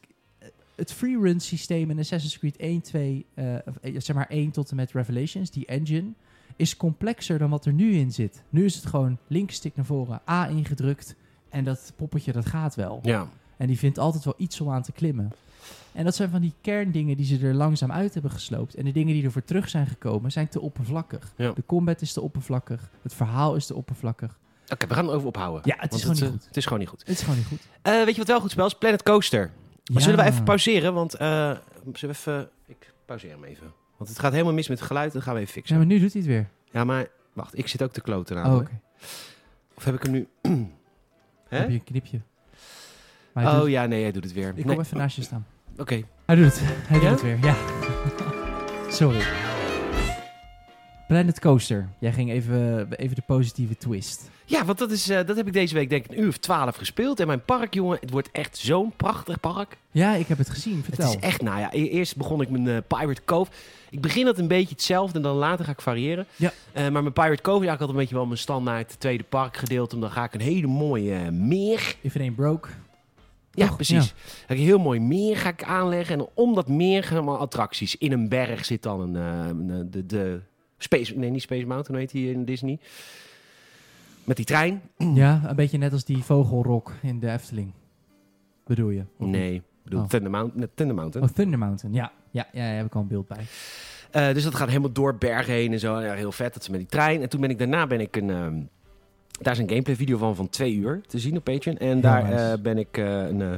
S2: het freerun systeem in Assassin's Creed 1, 2, eh, of, eh, zeg maar 1 tot en met Revelations, die engine, is complexer dan wat er nu in zit. Nu is het gewoon linkerstick naar voren, A ingedrukt en dat poppetje dat gaat wel.
S1: Ja.
S2: En die vindt altijd wel iets om aan te klimmen. En dat zijn van die kerndingen die ze er langzaam uit hebben gesloopt. En de dingen die ervoor terug zijn gekomen zijn te oppervlakkig.
S1: Ja.
S2: De combat is te oppervlakkig. Het verhaal is te oppervlakkig.
S1: Oké, we gaan erover ophouden.
S2: Ja, het is
S1: Want
S2: gewoon niet
S1: eh,
S2: goed.
S1: Het is gewoon niet goed.
S2: Het is gewoon niet goed.
S1: Eh, weet je wat wel een goed spel is? Planet Coaster. Maar Zullen we even pauzeren? Want eh, zullen we even... Ik pauzeer hem even. Want het gaat helemaal mis met het geluid. Dat gaan we even
S2: Ja,
S1: fixen.
S2: maar nu doet hij het weer.
S1: Ja, maar wacht, ik zit ook te kloten aan.
S2: Oh, oké.
S1: Of heb ik hem nu?
S2: Heb je
S1: Hè?
S2: een knipje. Maar hij
S1: Oh
S2: doet-
S1: ja, nee, hij doet het weer.
S2: Ik kom
S1: Nee,
S2: even naast je staan.
S1: Oké.
S2: Hij doet het. Hij
S1: Ja?
S2: doet het weer, ja. Sorry. Planet Coaster. Jij ging even, even de positieve twist.
S1: Ja, want dat, is, eh, dat heb ik deze week denk ik een uur of twaalf gespeeld. En mijn park, jongen, het wordt echt zo'n prachtig park.
S2: Ja, ik heb het gezien. Vertel.
S1: Het is echt, nou ja, e- eerst begon ik mijn eh, Pirate Cove. Ik begin dat een beetje hetzelfde en dan later ga ik variëren.
S2: Ja.
S1: Eh, maar mijn Pirate Cove is eigenlijk altijd een beetje wel mijn standaard tweede park gedeelte. En dan ga ik een hele mooie eh, meer.
S2: If it ain't broke.
S1: Ja,
S2: Toch?
S1: precies. Ga ik een heel mooi meer ga ik aanleggen. En om dat meer gaan allemaal attracties. In een berg zit dan een, eh, een, eh, de, de Space... Nee, niet Space Mountain, hoe heet die in Disney? Met die trein?
S2: Ja, een beetje net als die vogelrok in de Efteling. Bedoel je? Of niet?
S1: Nee, ik bedoel
S2: Oh.
S1: Thunder, Mount- eh, Thunder Mountain.
S2: Oh, Thunder Mountain. Ja. Ja, ja, daar heb ik al een beeld bij.
S1: Eh, dus dat gaat helemaal door bergen heen en zo. Ja, heel vet dat ze met die trein. En toen ben ik daarna ben ik een... ehm, daar is een gameplay video van van twee uur te zien op Patreon. En daar
S2: nice.
S1: eh, ben ik eh, een... eh,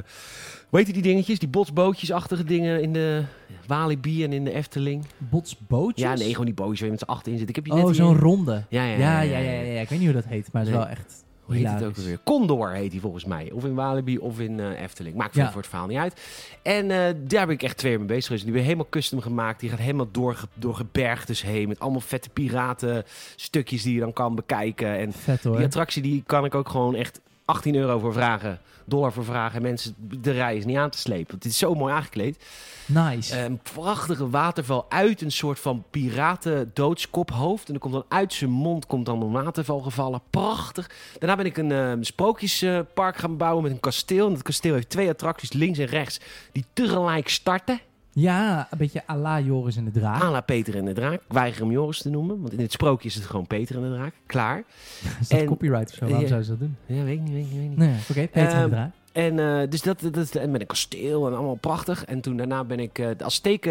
S1: hoe heet die dingetjes? Die botsbootjesachtige dingen in de Walibi en in de Efteling.
S2: Botsbootjes?
S1: Ja, nee, gewoon die bootjes waar je met z'n acht in zit. Ik heb je net
S2: Oh,
S1: hier-
S2: zo'n ronde.
S1: Ja, ja,
S2: Ja, ja, ja, ja, ja. Ik weet niet hoe dat heet, maar het is
S1: Nee.
S2: wel echt
S1: Hoe heet het ook
S2: hilarisch.
S1: alweer? Condor heet hij volgens mij. Of in Walibi of in eh, Efteling. Maakt voor-
S2: Ja.
S1: voor het verhaal niet uit. En eh, daar ben ik echt twee jaar mee bezig geweest. Die ben helemaal custom gemaakt. Die gaat helemaal door, ge- door gebergtes heen. Met allemaal vette piraten stukjes die je dan kan bekijken. En
S2: Vet hoor.
S1: die attractie die kan ik ook gewoon echt 18 euro voor vragen. Dollar voor vragen. En mensen, de rij is niet aan te slepen. Want het is zo mooi aangekleed.
S2: Nice.
S1: Een prachtige waterval uit een soort van piraten doodskophoofd. En er komt dan uit zijn mond komt dan een waterval gevallen. Prachtig. Daarna ben ik een eh, sprookjespark gaan bouwen met een kasteel. En dat kasteel heeft twee attracties, links en rechts, die tegelijk starten.
S2: Ja, een beetje à la Joris en de Draak.
S1: Ala Peter en de Draak. Ik weiger hem Joris te noemen, want in het sprookje is het gewoon Peter en de Draak. Klaar.
S2: is dat
S1: en-
S2: copyright of zo? Waarom
S1: Ja.
S2: zou ze dat doen?
S1: Ja, weet ik niet, weet ik niet, weet ik niet.
S2: Nee, oké, Peter en de
S1: Ehm,
S2: Draak.
S1: En eh, dus dat, dat, dat- en met een kasteel en allemaal prachtig. En toen daarna ben ik eh, het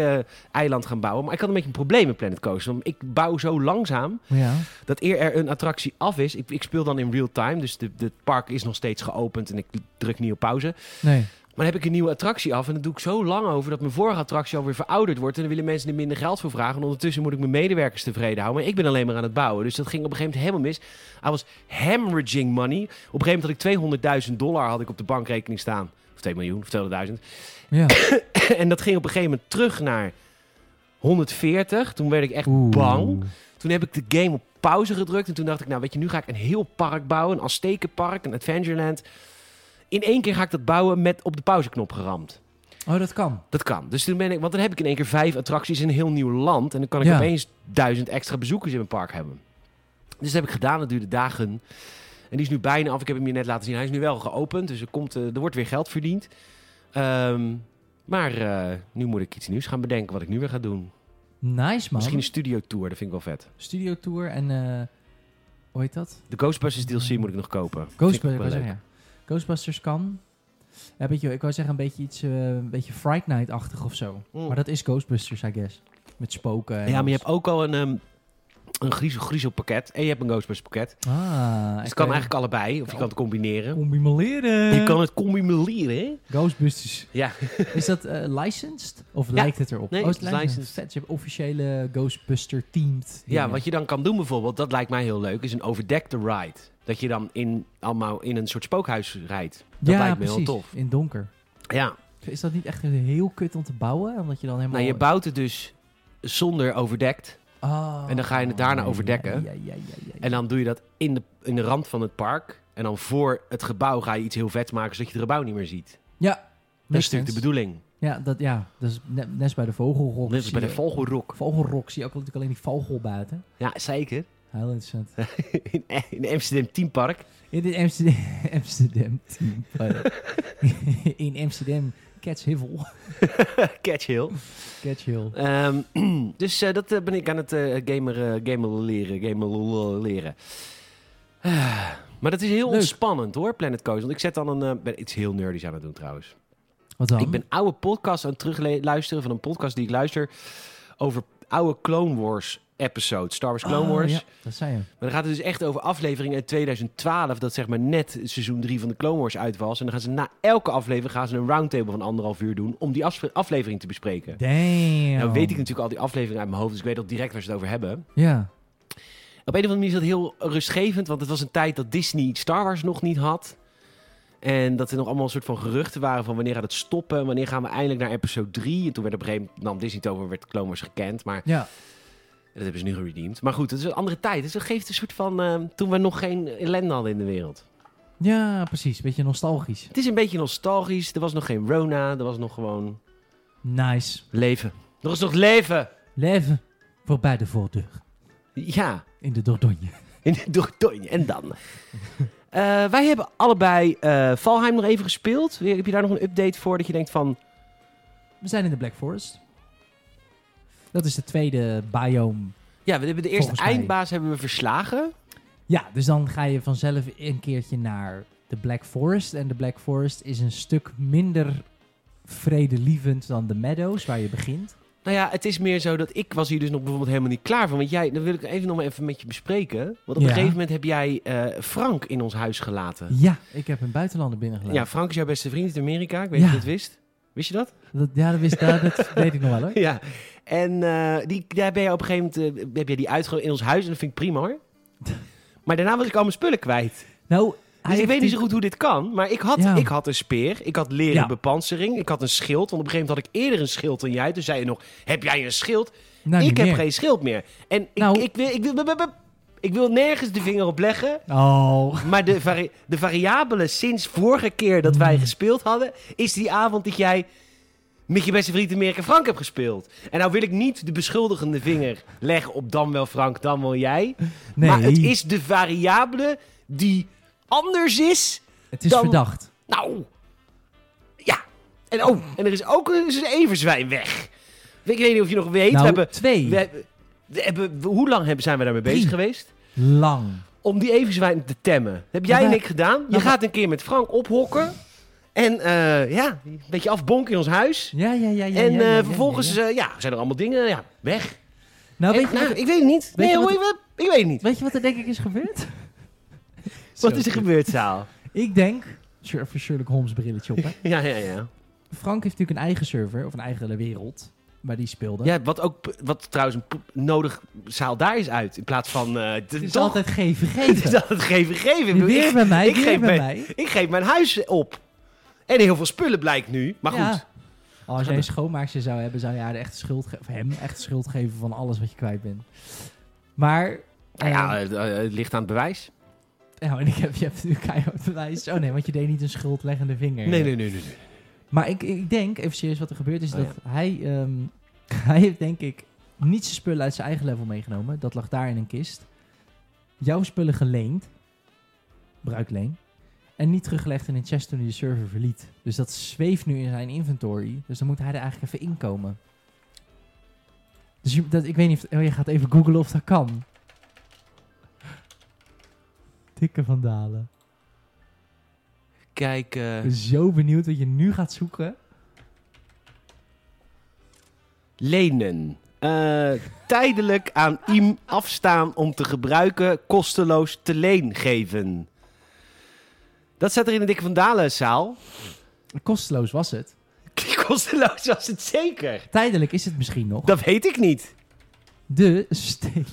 S1: Azteken-eiland gaan bouwen. Maar ik had een beetje een probleem met Planet Coaster. Want ik bouw zo langzaam
S2: Ja.
S1: dat eer er een attractie af is. Ik, ik speel dan in real time, dus de- de- het park is nog steeds geopend en ik druk niet op pauze.
S2: Nee.
S1: Maar dan heb ik een nieuwe attractie af en dan doe ik zo lang over dat mijn vorige attractie alweer verouderd wordt. En dan willen mensen er minder geld voor vragen. En ondertussen moet ik mijn medewerkers tevreden houden. Maar ik ben alleen maar aan het bouwen. Dus dat ging op een gegeven moment helemaal mis. I was hemorrhaging money. Op een gegeven moment had ik 200.000 dollar had ik op de bankrekening staan. Of 2 miljoen, of 200.000.
S2: Ja.
S1: en dat ging op een gegeven moment terug naar 140. Toen werd ik echt
S2: Oeh.
S1: bang. Toen heb ik de game op pauze gedrukt. En toen dacht ik, nou weet je, nu ga ik een heel park bouwen. Een Aztekenpark, een Adventureland. In één keer ga ik dat bouwen met op de pauzeknop geramd.
S2: Oh, dat kan.
S1: Dat kan. Dus toen ben ik, want dan heb ik in één keer vijf attracties in een heel nieuw land. En dan kan ik
S2: Ja.
S1: opeens duizend extra bezoekers in mijn park hebben. Dus dat heb ik gedaan. Dat duurde dagen. En die is nu bijna af. Ik heb hem je net laten zien. Hij is nu wel geopend. Dus er, komt, eh, er wordt weer geld verdiend. Ehm, maar eh, nu moet ik iets nieuws gaan bedenken wat ik nu weer ga doen.
S2: Nice, man.
S1: Misschien een studio tour. Dat vind ik wel vet.
S2: Studio Tour en... eh hoe heet dat?
S1: De Ghostbusters DLC moet ik nog kopen. Vind ik ook
S2: Ghostbusters,
S1: wel
S2: ik wou
S1: leuk.
S2: zeggen, ja. Ghostbusters kan. Ja, weet je, ik wou zeggen een beetje iets, eh, een beetje Fright Night-achtig of zo.
S1: Mm.
S2: Maar dat is Ghostbusters, I guess. Met spoken.
S1: Ja,
S2: En
S1: maar je
S2: alles.
S1: hebt ook al een, ehm een griezel, griezelpakket. En je hebt een Ghostbusters pakket.
S2: Ah,
S1: Dus het kan eigenlijk allebei. Of je kan het combineren.
S2: Combineren.
S1: Je kan het combineren, hè?
S2: Ghostbusters.
S1: Ja.
S2: Is dat eh, licensed? Of
S1: Ja.
S2: lijkt het erop?
S1: Nee,
S2: oh,
S1: het is licensed.
S2: Vet, je hebt officiële Ghostbuster-themed
S1: Ja, wat je dan kan doen bijvoorbeeld, dat lijkt mij heel leuk, is een overdekte ride. Dat je dan in, allemaal in een soort spookhuis rijdt. Dat
S2: ja,
S1: lijkt me heel
S2: precies,
S1: tof.
S2: in donker.
S1: Ja,
S2: Is dat niet echt heel kut om te bouwen? Omdat je dan helemaal...
S1: nou je bouwt het dus zonder overdekt.
S2: Ah.
S1: en dan ga je het daarna overdekken.
S2: Ja, ja, ja, ja, ja.
S1: En dan doe je dat in de, in de rand van het park. En dan voor het gebouw ga je iets heel vets maken, zodat je het gebouw niet meer ziet. Dat
S2: Makes
S1: is natuurlijk de
S2: sense.
S1: bedoeling.
S2: Ja, dat, ja, dat is net, net als bij de vogelrok.
S1: Net als bij de
S2: zie je-
S1: vogelrok.
S2: vogelrok zie je ook natuurlijk alleen die vogel buiten.
S1: Ja, zeker.
S2: Heel interessant.
S1: In, in Amsterdam Teampark.
S2: In dit Amsterdam... Amsterdam in Amsterdam, Catshivel.
S1: Catch Hill.
S2: Catshill.
S1: Ehm, dus eh, dat eh, ben ik aan het eh, gamer, eh, gamer leren. Gamer l- l- leren. Ah, maar dat is heel
S2: Leuk.
S1: ontspannend hoor, Planet Coaster. Want ik zet dan een... eh, ben iets heel nerdies aan het doen trouwens.
S2: Wat dan?
S1: Ik ben oude podcasts aan het terugluisteren van een podcast die ik luister... over oude Clone Wars episodes. Star Wars Clone
S2: Oh,
S1: Wars.
S2: ja, dat zei je.
S1: Maar dan gaat het dus echt over afleveringen uit 2012... dat zeg maar net seizoen 3 van de Clone Wars uit was. En dan gaan ze na elke aflevering gaan ze een roundtable van anderhalf uur doen... om die afspe- aflevering te bespreken.
S2: Damn.
S1: Nou weet ik natuurlijk al die afleveringen uit mijn hoofd, dus ik weet al direct waar ze het over hebben.
S2: Ja.
S1: Op een of andere manier is dat heel rustgevend, want het was een tijd dat Disney Star Wars nog niet had. En dat er nog allemaal een soort van geruchten waren van wanneer gaat het stoppen, en wanneer gaan we eindelijk naar episode 3. En toen werd op een gegeven moment, nam Disney het over, werd Clone Wars gekend, maar
S2: Ja.
S1: dat hebben ze nu geredeemd. Maar goed, het is een andere tijd, dus dat geeft een soort van, eh, toen we nog geen ellende hadden in de wereld.
S2: Ja, precies. Beetje nostalgisch.
S1: Het is een beetje nostalgisch, er was nog geen Rona, er was nog gewoon
S2: Nice.
S1: leven. Er was nog leven!
S2: Leven voorbij de voordeur.
S1: Ja,
S2: In de Dordogne.
S1: In de Dordogne. En dan? Eh, wij hebben allebei eh Valheim nog even gespeeld. Weer- Heb je daar nog een update voor dat je denkt van...
S2: We zijn in de Black Forest. Dat is de tweede biome
S1: Ja, we hebben de eerste
S2: Volgens mij.
S1: eindbaas hebben we verslagen.
S2: Ja, dus dan ga je vanzelf een keertje naar de Black Forest. En de Black Forest is een stuk minder vredelievend dan de Meadows, waar je begint.
S1: Nou ja, het is meer zo dat ik was hier dus nog bijvoorbeeld helemaal niet klaar van. Want jij, dan wil ik even nog maar even met je bespreken. Want op
S2: Ja.
S1: een gegeven moment heb jij eh, Frank in ons huis gelaten.
S2: Ja, ik heb een buitenlander binnengelaten.
S1: Ja,
S2: Ja,
S1: Frank is jouw beste vriend uit Amerika. Ik weet niet
S2: Ja.
S1: of je dat wist. Wist je dat?
S2: dat, ja, dat, wist, dat, dat weet ik nog wel hoor.
S1: Ja. En eh, die, daar ben je op een gegeven moment eh, heb je die uitge in ons huis. En dat vind ik prima hoor. Maar daarna was ik al mijn spullen kwijt.
S2: Nou,
S1: Dus ik weet niet zo goed hoe dit kan, maar ik had,
S2: Ja.
S1: ik had een speer, ik had leren
S2: Ja.
S1: bepansering, ik had een schild. Want op een gegeven moment had ik eerder een schild dan jij. Toen zei je nog, heb jij een schild?
S2: Nou,
S1: ik
S2: niet
S1: heb
S2: meer.
S1: geen schild meer. En ik,
S2: Nou.
S1: ik, wil, ik, wil, bup, bup, bup. ik wil nergens de vinger op leggen.
S2: Oh,
S1: Maar de, vari- de variabele sinds vorige keer dat
S2: Hmm.
S1: wij gespeeld hadden, is die avond dat jij met je beste vriend Amerika Frank hebt gespeeld. En nou wil ik niet de beschuldigende vinger leggen op dan wel Frank, dan wel jij.
S2: nee.
S1: Maar het is de variabele die anders is
S2: Het is
S1: dan-
S2: verdacht. Oh.
S1: nou, ja. En, oh, en er is ook een, is een everzwijn weg. Ik weet niet of je nog weet. we
S2: nou,
S1: hebben,
S2: twee.
S1: we hebben, we hebben- we- hoe lang hebben, zijn we daarmee
S2: Drie.
S1: bezig geweest?
S2: Lang.
S1: Om die everzwijn te temmen. Dat heb jij
S2: Maar
S1: en
S2: wij-
S1: ik gedaan. Je
S2: maar-
S1: gaat een keer met Frank ophokken. En eh, ja, een beetje afbonken in ons huis.
S2: Ja, ja, ja. ja
S1: en
S2: ja,
S1: eh,
S2: ja, ja,
S1: vervolgens
S2: ja.
S1: ja, ja, zijn er allemaal dingen ja, weg.
S2: Nou,
S1: En,
S2: weet je,
S1: nou, ik weet het niet.
S2: weet
S1: nee,
S2: je wat-
S1: hoor, ik, weet- ik weet het niet.
S2: weet je wat er denk ik is gebeurd?
S1: Wat is er gebeurd, Saal?
S2: Ik denk... Sher- Even Sherlock Holmes brilletje op, hè.
S1: Ja, ja, ja.
S2: Frank heeft natuurlijk een eigen server, of een eigen wereld, waar die speelde.
S1: ja wat, ook, p- wat trouwens een p- nodig zaal daar is uit. In plaats van... eh het
S2: het is
S1: toch-
S2: altijd geven,
S1: Het is
S2: geven.
S1: altijd geven, geven. Ik bedoel,
S2: Weer
S1: ik-
S2: bij mij,
S1: ik
S2: weer
S1: geef
S2: bij
S1: mijn-
S2: mij.
S1: Ik geef mijn huis op. En heel veel spullen blijkt nu. Maar goed.
S2: Ja. Oh, als jij een schoonmaakster zou hebben, zou je haar echt schuld ge- of hem echt schuld geven van alles wat je kwijt bent. Maar.
S1: Nou ja,
S2: eh,
S1: eh, eh, het ligt aan het bewijs.
S2: nou, en ik heb, je hebt nu keihard bewijs. Oh nee, want je deed niet een schuldleggende vinger.
S1: nee, nee. nee.
S2: Maar ik, ik denk, even serieus, wat er gebeurd is,
S1: Oh,
S2: dat hij, ehm, hij heeft denk ik niet zijn spullen uit zijn eigen level meegenomen. Dat lag daar in een kist. Jouw spullen geleend. Bruikleen. En niet teruggelegd in een chest toen hij de server verliet. Dus dat zweeft nu in zijn inventory. Dus dan moet hij er eigenlijk even inkomen. Dus je, dat, ik weet niet of... Oh, je gaat even googlen of dat kan. Tikken van Dalen.
S1: Kijk, eh,
S2: Ik ben zo benieuwd wat je nu gaat zoeken.
S1: lenen. Eh, tijdelijk aan iem afstaan om te gebruiken, kosteloos te leen geven. Dat staat er in de Dikke Van Dalen zaal.
S2: Kosteloos was het.
S1: Kosteloos was het zeker.
S2: Tijdelijk is het misschien nog.
S1: Dat weet ik niet.
S2: De stelen.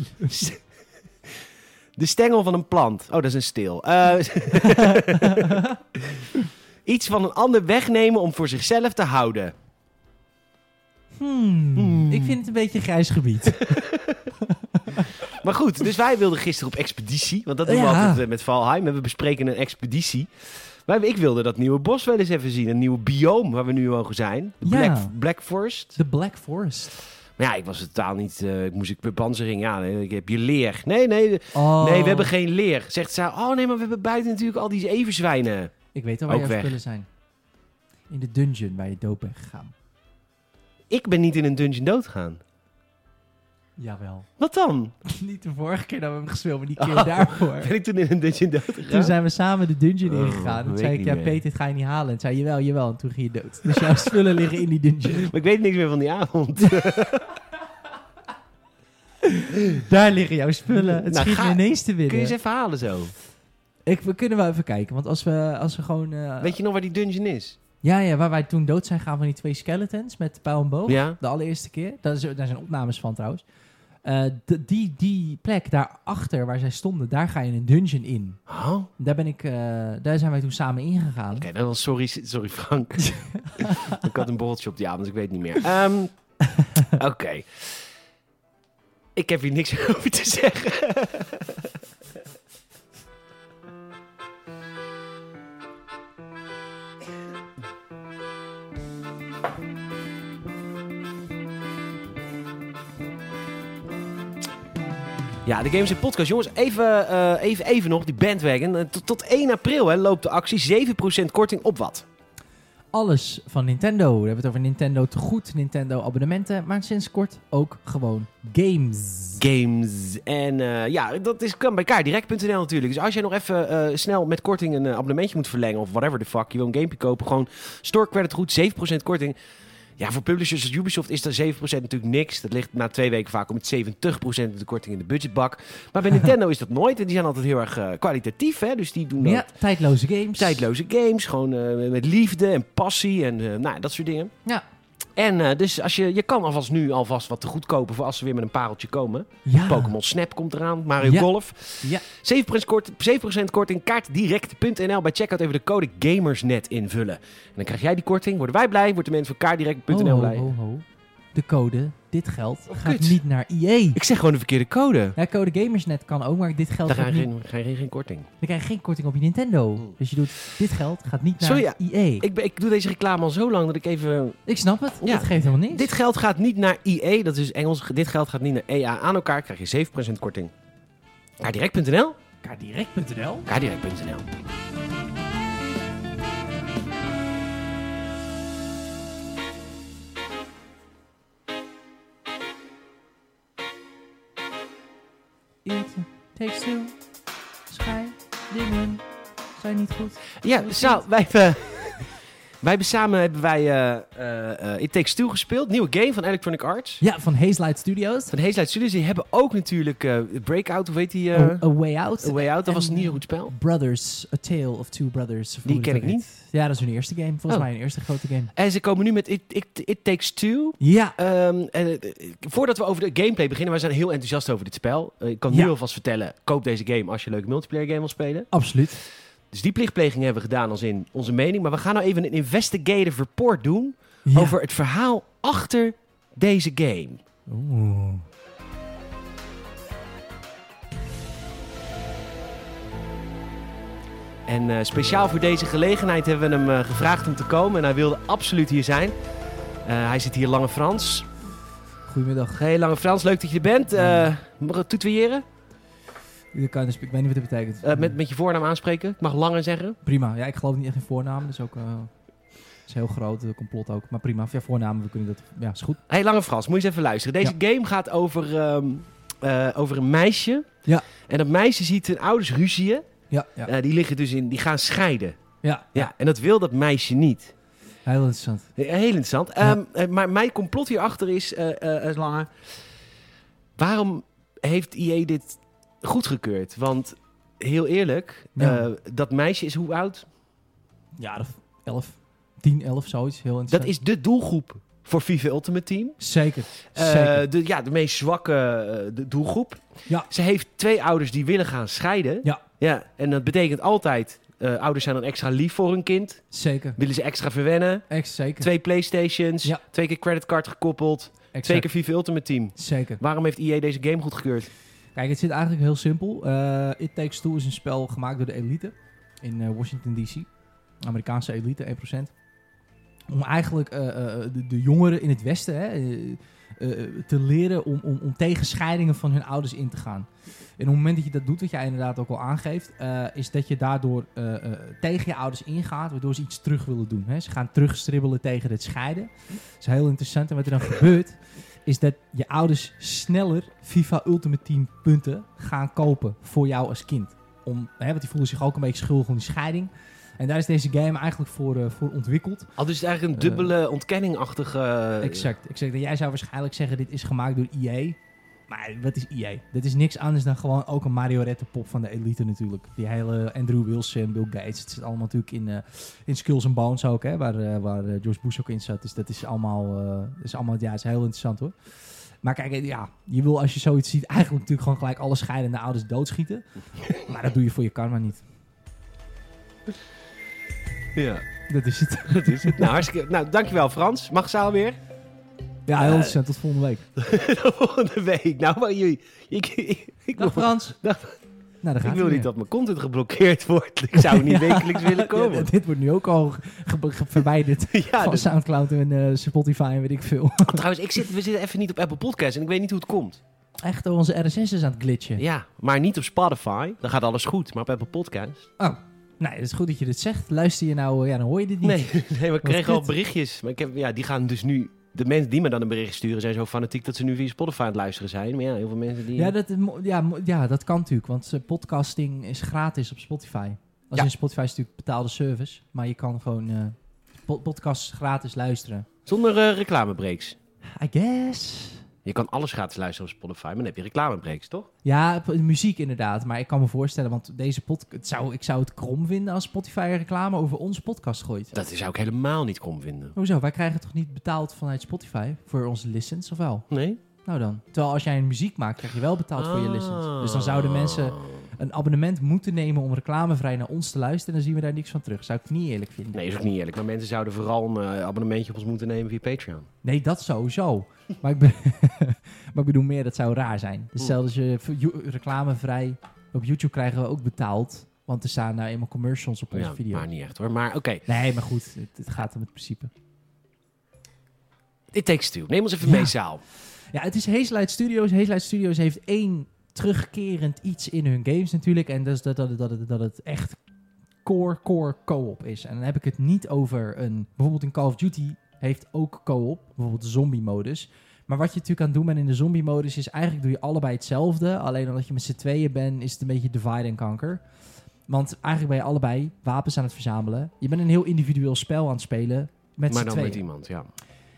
S1: De stengel van een plant. Oh, dat is een steel. Eh, iets van een ander wegnemen om voor zichzelf te houden.
S2: Hmm.
S1: Hmm.
S2: Ik vind het een beetje een grijs gebied.
S1: Maar goed, dus wij wilden gisteren op expeditie. Want dat doen we
S2: Ja.
S1: altijd eh, met Valheim. En we bespreken een expeditie. Maar ik wilde dat nieuwe bos wel eens even zien. Een nieuwe biome waar we nu mogen zijn. De
S2: Ja.
S1: Black, Black Forest.
S2: De Black Forest.
S1: Maar ja, ik was totaal niet... eh, ik moest ik bepanzering aan. hè. Ik heb je leer. Nee, nee.
S2: Oh.
S1: Nee, we hebben geen leer. Zegt ze. Oh nee, maar we hebben buiten natuurlijk al die everzwijnen.
S2: Ik weet al waar
S1: Ook
S2: jouw
S1: weg.
S2: spullen zijn. In de dungeon waar je dood bent gegaan.
S1: Ik ben niet in een dungeon doodgaan.
S2: Jawel.
S1: Wat dan?
S2: Niet de vorige keer dat we hebben gespeeld, maar die keer daarvoor.
S1: Ben ik toen in een dungeon doodgegaan?
S2: Toen zijn we samen de dungeon
S1: Oh,
S2: ingegaan. Toen
S1: weet
S2: zei
S1: ik
S2: ik, ja
S1: niet meer.
S2: Peter, dit ga je niet halen. En toen zei je, jawel, jawel. En toen ging je dood. Dus jouw spullen liggen in die dungeon.
S1: Maar ik weet niks meer van die avond.
S2: Daar liggen jouw spullen. Het
S1: Nou,
S2: schiet
S1: ga-
S2: me ineens te
S1: Kun je
S2: binnen.
S1: eens even halen zo?
S2: Ik, we kunnen wel even kijken. Want als we, als we gewoon... eh,
S1: Weet je nog waar die dungeon is?
S2: Ja, ja, waar wij toen dood zijn gegaan van die twee skeletons met pijl en boog.
S1: Oh. Ja?
S2: De allereerste keer. Daar, is, daar zijn opnames van trouwens. Eh, d- die, die plek daarachter waar zij stonden, daar ga je een dungeon in.
S1: Oh, oké.
S2: Daar, ben ik, eh, daar zijn wij toen samen ingegaan.
S1: dan was sorry, sorry Frank. ik had een borreltje op die avond, dus ik weet niet meer. Ehm, Oké. Ik heb hier niks over te zeggen. Ja, de Games in Podcast. Jongens, even, eh, even, even nog, die bandwagon. Eh, Tot, tot 1 april hè, loopt de actie. 7% korting op wat?
S2: Alles van Nintendo. We hebben het over Nintendo tegoed, Nintendo abonnementen. Maar sinds kort ook gewoon games.
S1: Games. En eh, ja, dat is, kan bij kaardirect.nl natuurlijk. Dus als jij nog even eh, snel met korting een eh, abonnementje moet verlengen... of whatever the fuck, je wil een gamepje kopen... gewoon store credit goed, 7% korting. Ja, voor publishers als Ubisoft is daar 7% natuurlijk niks. Dat ligt na twee weken vaak om het 70% de korting in de budgetbak. Maar bij Nintendo is dat nooit. En die zijn altijd heel erg eh, kwalitatief, hè. Dus die doen dan
S2: Ja, tijdloze games.
S1: tijdloze games. Gewoon eh, met liefde en passie en eh, nou, dat soort dingen.
S2: Ja.
S1: En eh, dus als je, je kan alvast nu alvast wat te goed kopen... voor als ze weer met een pareltje komen.
S2: Ja.
S1: Pokémon Snap komt eraan, Mario
S2: Ah. Ja.
S1: Golf.
S2: Ja.
S1: 7% kort, 7% korting, kaartdirect.nl. Bij checkout even de code GAMERSNET invullen. En dan krijg jij die korting, worden wij blij, wordt de mensen van
S2: Ho,
S1: kaartdirect.nl
S2: ho,
S1: blij.
S2: ho, ho. De code, dit geld,
S1: Oh,
S2: gaat
S1: kut.
S2: niet naar E EA.
S1: Ik zeg gewoon de verkeerde code.
S2: Ja, code Gamersnet kan ook, maar dit geld
S1: Daar ga
S2: gaat
S1: je
S2: niet
S1: geen, ga je geen, geen korting.
S2: Dan krijg je geen korting op je Nintendo. Dus je doet, dit geld gaat niet naar
S1: Sorry, ja.
S2: EA. Ik,
S1: Ik, ben- ik doe deze reclame al zo lang dat ik even...
S2: snap het.
S1: Ja.
S2: Dat geeft helemaal niks.
S1: Dit geld gaat niet naar IE, dat is dus Engels. Dit geld gaat niet naar EA. Aan elkaar krijg je 7% korting. Kaartdirect.nl?
S2: Kaardirect.nl
S1: Kaartdirect.nl
S2: Eentje, takes two. Schij, dingen zijn niet goed.
S1: Ja,
S2: Hoe is
S1: nou,
S2: het?
S1: wij hebben, wij hebben samen hebben wij, eh, eh, eh, It Takes Two gespeeld. Nieuwe game van Electronic Arts.
S2: Ja, van Haze Light Studios.
S1: Van Hazelight Studios. Die hebben ook natuurlijk eh, Breakout, hoe heet die? eh,
S2: A, A Way Out.
S1: A Way Out. Dat was
S2: Oh, en-
S1: niet een goed spel.
S2: Brothers, A Tale of Two Brothers. of
S1: Die
S2: hoe
S1: ken
S2: dat
S1: ik
S2: ook heet. Ja, dat is hun eerste game. Volgens
S1: Oh.
S2: mij hun eerste grote game.
S1: En ze komen nu met It, It, It Takes Two.
S2: Ja,
S1: Ehm, eh, eh, voordat we over de gameplay beginnen, wij zijn heel enthousiast over dit spel. Eh, ik kan
S2: Ja.
S1: nu alvast vertellen, koop deze game als je een leuke multiplayer game wil spelen.
S2: absoluut.
S1: Dus die plichtpleging hebben we gedaan als in onze mening. Maar we gaan nou even een investigative report doen
S2: Ja.
S1: over het verhaal achter deze game.
S2: Oeh.
S1: En eh, speciaal voor deze gelegenheid hebben we hem eh, gevraagd om te komen. En hij wilde absoluut hier zijn. Eh, hij zit hier Lange Frans.
S2: Goedemiddag.
S1: Hey Lange Frans, leuk dat je er bent. Eh mag ik toetweeren?
S2: Je kan dus, ik weet niet wat het betekent.
S1: Eh, met, met je voornaam aanspreken. Ik mag Lange zeggen.
S2: Prima. Ja, ik geloof niet echt in voornamen. Dus ook... eh is heel groot, eh, complot ook. Maar prima, ja, voornamen, we kunnen dat... Ja, is goed.
S1: Hey Lange Frans, moet je eens even luisteren. Deze game gaat over, ehm, eh, over een meisje.
S2: Ja.
S1: En dat meisje ziet hun ouders ruzieën.
S2: Ja, ja.
S1: Eh, die liggen dus in, die gaan scheiden.
S2: ja.
S1: Ja, en dat wil dat meisje niet. Eh,
S2: Heel interessant.
S1: Heel interessant.
S2: Ja.
S1: Ehm, eh, maar mijn complot hierachter is, eh eh, is langer. Waarom heeft IE dit goedgekeurd? Want heel eerlijk,
S2: Ja.
S1: eh, dat meisje is hoe oud?
S2: Ja, dat 11. 10, 11, zoiets. Heel
S1: Dat
S2: interessant.
S1: is de doelgroep voor FIFA Ultimate Team.
S2: Zeker.
S1: Eh,
S2: Zeker.
S1: de, ja, de meest zwakke eh, de doelgroep.
S2: Ja.
S1: Ze heeft twee ouders die willen gaan scheiden.
S2: Ja.
S1: ja en dat betekent altijd, eh, ouders zijn dan extra lief voor hun kind.
S2: Zeker.
S1: Willen ze extra verwennen.
S2: Echt zeker.
S1: Twee Playstations,
S2: Ja.
S1: twee keer creditcard gekoppeld,
S2: Exact.
S1: twee keer FIFA Ultimate Team.
S2: Zeker.
S1: Waarom heeft EA deze game goedgekeurd?
S2: Kijk, het zit eigenlijk heel simpel. Eh, It Takes Two is een spel gemaakt door de elite in eh, Washington DC. Amerikaanse elite, 1%. Om eigenlijk eh, eh, de, de jongeren in het Westen hè, eh, eh, te leren om, om, om tegen scheidingen van hun ouders in te gaan. En op het moment dat je dat doet, wat jij inderdaad ook al aangeeft, eh, is dat je daardoor eh, eh, tegen je ouders ingaat, waardoor ze iets terug willen doen. Hè. Ze gaan terugstribbelen tegen het scheiden. Dat is heel interessant. En wat er dan gebeurt, is dat je ouders sneller FIFA Ultimate Team punten gaan kopen voor jou als kind. Om, hè, want die voelen zich ook een beetje schuldig om die scheiding. En daar is deze game eigenlijk voor, eh, voor ontwikkeld.
S1: Al dus het is eigenlijk een dubbele ontkenningachtige... eh,
S2: Exact, exact. En jij zou waarschijnlijk zeggen, dit is gemaakt door EA. Maar wat is EA? Dit is niks anders dan gewoon ook een marionettenpop van de elite natuurlijk. Die hele Andrew Wilson, Bill Gates, het zit allemaal natuurlijk in, eh, in Skills and Bones ook, hè, waar, eh, waar eh, George Bush ook in zat. Dus dat is allemaal, eh, is allemaal ja, is heel interessant hoor. Maar kijk, eh, ja, je wil als je zoiets ziet eigenlijk natuurlijk gewoon gelijk alle scheidende ouders doodschieten. Maar dat doe je voor je karma niet.
S1: Ja,
S2: Dat is het.
S1: dat is het. nou, hartstikke... nou, dankjewel Frans. Mag ze alweer?
S2: Ja, heel interessant. Tot volgende week.
S1: Volgende week. Nou, maar jullie... Ik, ik, ik
S2: Dag
S1: wil,
S2: Frans.
S1: Dag.
S2: Nou, daar
S1: ik
S2: gaat
S1: wil niet dat mijn content geblokkeerd wordt. Ik zou niet wekelijks willen komen.
S2: Ja, dit wordt nu ook al ge- ge- verwijderd
S1: Ja, dus-
S2: van
S1: dat-
S2: Soundcloud en eh, Spotify en weet ik veel.
S1: trouwens, ik zit, we zitten even niet op Apple Podcasts en ik weet niet hoe het komt.
S2: Echt, oh, onze RSS is aan het glitchen.
S1: Ja, maar niet op Spotify. Dan gaat alles goed, maar op Apple Podcasts...
S2: Oh, nou, het is goed dat je dit zegt. Luister je nou, eh, ja, dan hoor je dit niet.
S1: Nee, nee maar ik
S2: Wat
S1: kreeg al
S2: kut.
S1: berichtjes. Maar ik heb, ja, die gaan dus nu... De mensen die me dan een bericht sturen zijn zo fanatiek dat ze nu via Spotify aan het luisteren zijn. Maar ja, heel veel mensen die...
S2: Ja, dat, is mo- ja, mo- ja, dat kan natuurlijk, want eh, podcasting is gratis op Spotify. Als
S1: Ja.
S2: in Spotify is natuurlijk betaalde service, maar je kan gewoon eh, po- podcasts gratis luisteren.
S1: Zonder eh, reclamebreaks.
S2: I guess.
S1: Je kan alles gratis luisteren op Spotify, maar dan heb je reclamebreaks, toch?
S2: Ja, p- muziek inderdaad. Maar ik kan me voorstellen, want deze podcast... Zou, ik zou het krom vinden als Spotify reclame over onze podcast gooit.
S1: Dat zou ik helemaal niet krom vinden.
S2: Hoezo? Wij krijgen toch niet betaald vanuit Spotify voor onze listens, of wel?
S1: Nee?
S2: Nou dan. Terwijl als jij een muziek maakt, krijg je wel betaald voor je listens. Dus dan zouden
S1: Ah.
S2: mensen een abonnement moeten nemen om reclamevrij naar ons te luisteren. En dan zien we daar niks van terug. Zou ik niet eerlijk vinden.
S1: Nee, is ook niet eerlijk. Maar mensen zouden vooral een eh, abonnementje op ons moeten nemen via Patreon.
S2: Nee, dat sowieso. Maar ik, be- maar ik bedoel meer, dat zou raar zijn. Dus stel dat je v- jo- reclamevrij op YouTube krijgen we ook betaald. Want er staan nou eenmaal commercials op onze
S1: Ja,
S2: video.
S1: maar niet echt hoor. Maar oké,
S2: Nee, maar goed, het, het gaat om het principe.
S1: it takes two. Neem ons even
S2: Ja.
S1: mee, zaal.
S2: Ja, het is Hazelight Studios. Hazelight Studios heeft één terugkerend iets in hun games natuurlijk. En dat is dat, dat, dat, dat het echt core, core co-op is. En dan heb ik het niet over een... Bijvoorbeeld in Call of Duty heeft ook co-op. Bijvoorbeeld de zombie-modus. Maar wat je natuurlijk aan het doen bent in de zombie-modus is eigenlijk doe je allebei hetzelfde. Alleen omdat je met z'n tweeën bent, is het een beetje divide en kanker. Want eigenlijk ben je allebei wapens aan het verzamelen. Je bent een heel individueel spel aan het spelen met
S1: maar dan
S2: z'n
S1: met
S2: tweeën. Nou,
S1: iemand, ja.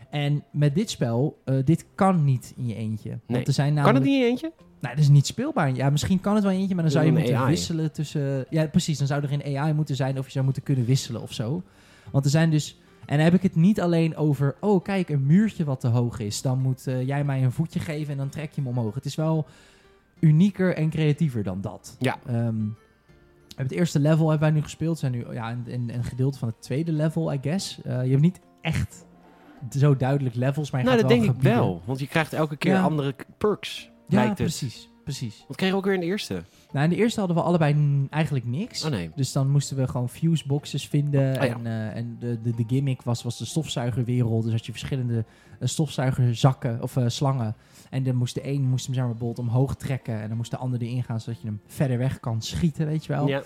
S2: en met dit spel, eh, dit kan niet in je eentje. Want
S1: Nee.
S2: er zijn namelijk...
S1: Kan het niet in je eentje?
S2: Nou, dat is niet speelbaar. Ja, misschien kan het wel in eentje, maar dan
S1: Dat
S2: zou je
S1: is een
S2: moeten
S1: AI.
S2: wisselen tussen... Ja, precies. Dan zou er geen AI moeten zijn of je zou moeten kunnen wisselen of zo. Want er zijn dus... En dan heb ik het niet alleen over... Oh, kijk, een muurtje wat te hoog is. Dan moet eh, jij mij een voetje geven en dan trek je hem omhoog. Het is wel unieker en creatiever dan dat.
S1: Ja.
S2: Ehm, we hebben het eerste level hebben wij nu gespeeld. We zijn nu ja, een, een, een gedeelte van het tweede level, I guess. Eh, je hebt niet echt zo duidelijk levels, maar je
S1: nou,
S2: gaat
S1: dat denk
S2: wel
S1: ik
S2: gebieden.
S1: wel. Want je krijgt elke keer
S2: Ja.
S1: andere k- perks,
S2: Ja,
S1: lijkt het.
S2: precies. Precies.
S1: Wat kregen we ook weer in de eerste?
S2: Nou, in de eerste hadden we allebei n- eigenlijk niks.
S1: Oh nee.
S2: Dus dan moesten we gewoon fuseboxes vinden.
S1: Ah, ja.
S2: En, eh, en de, de, de gimmick was, was de stofzuigerwereld. Dus had je verschillende eh, stofzuigerzakken of eh, slangen. En dan moest de een moest hem zeg maar, bijvoorbeeld omhoog trekken. En dan moest de ander erin gaan, zodat je hem verder weg kan schieten, weet je wel.
S1: Ja.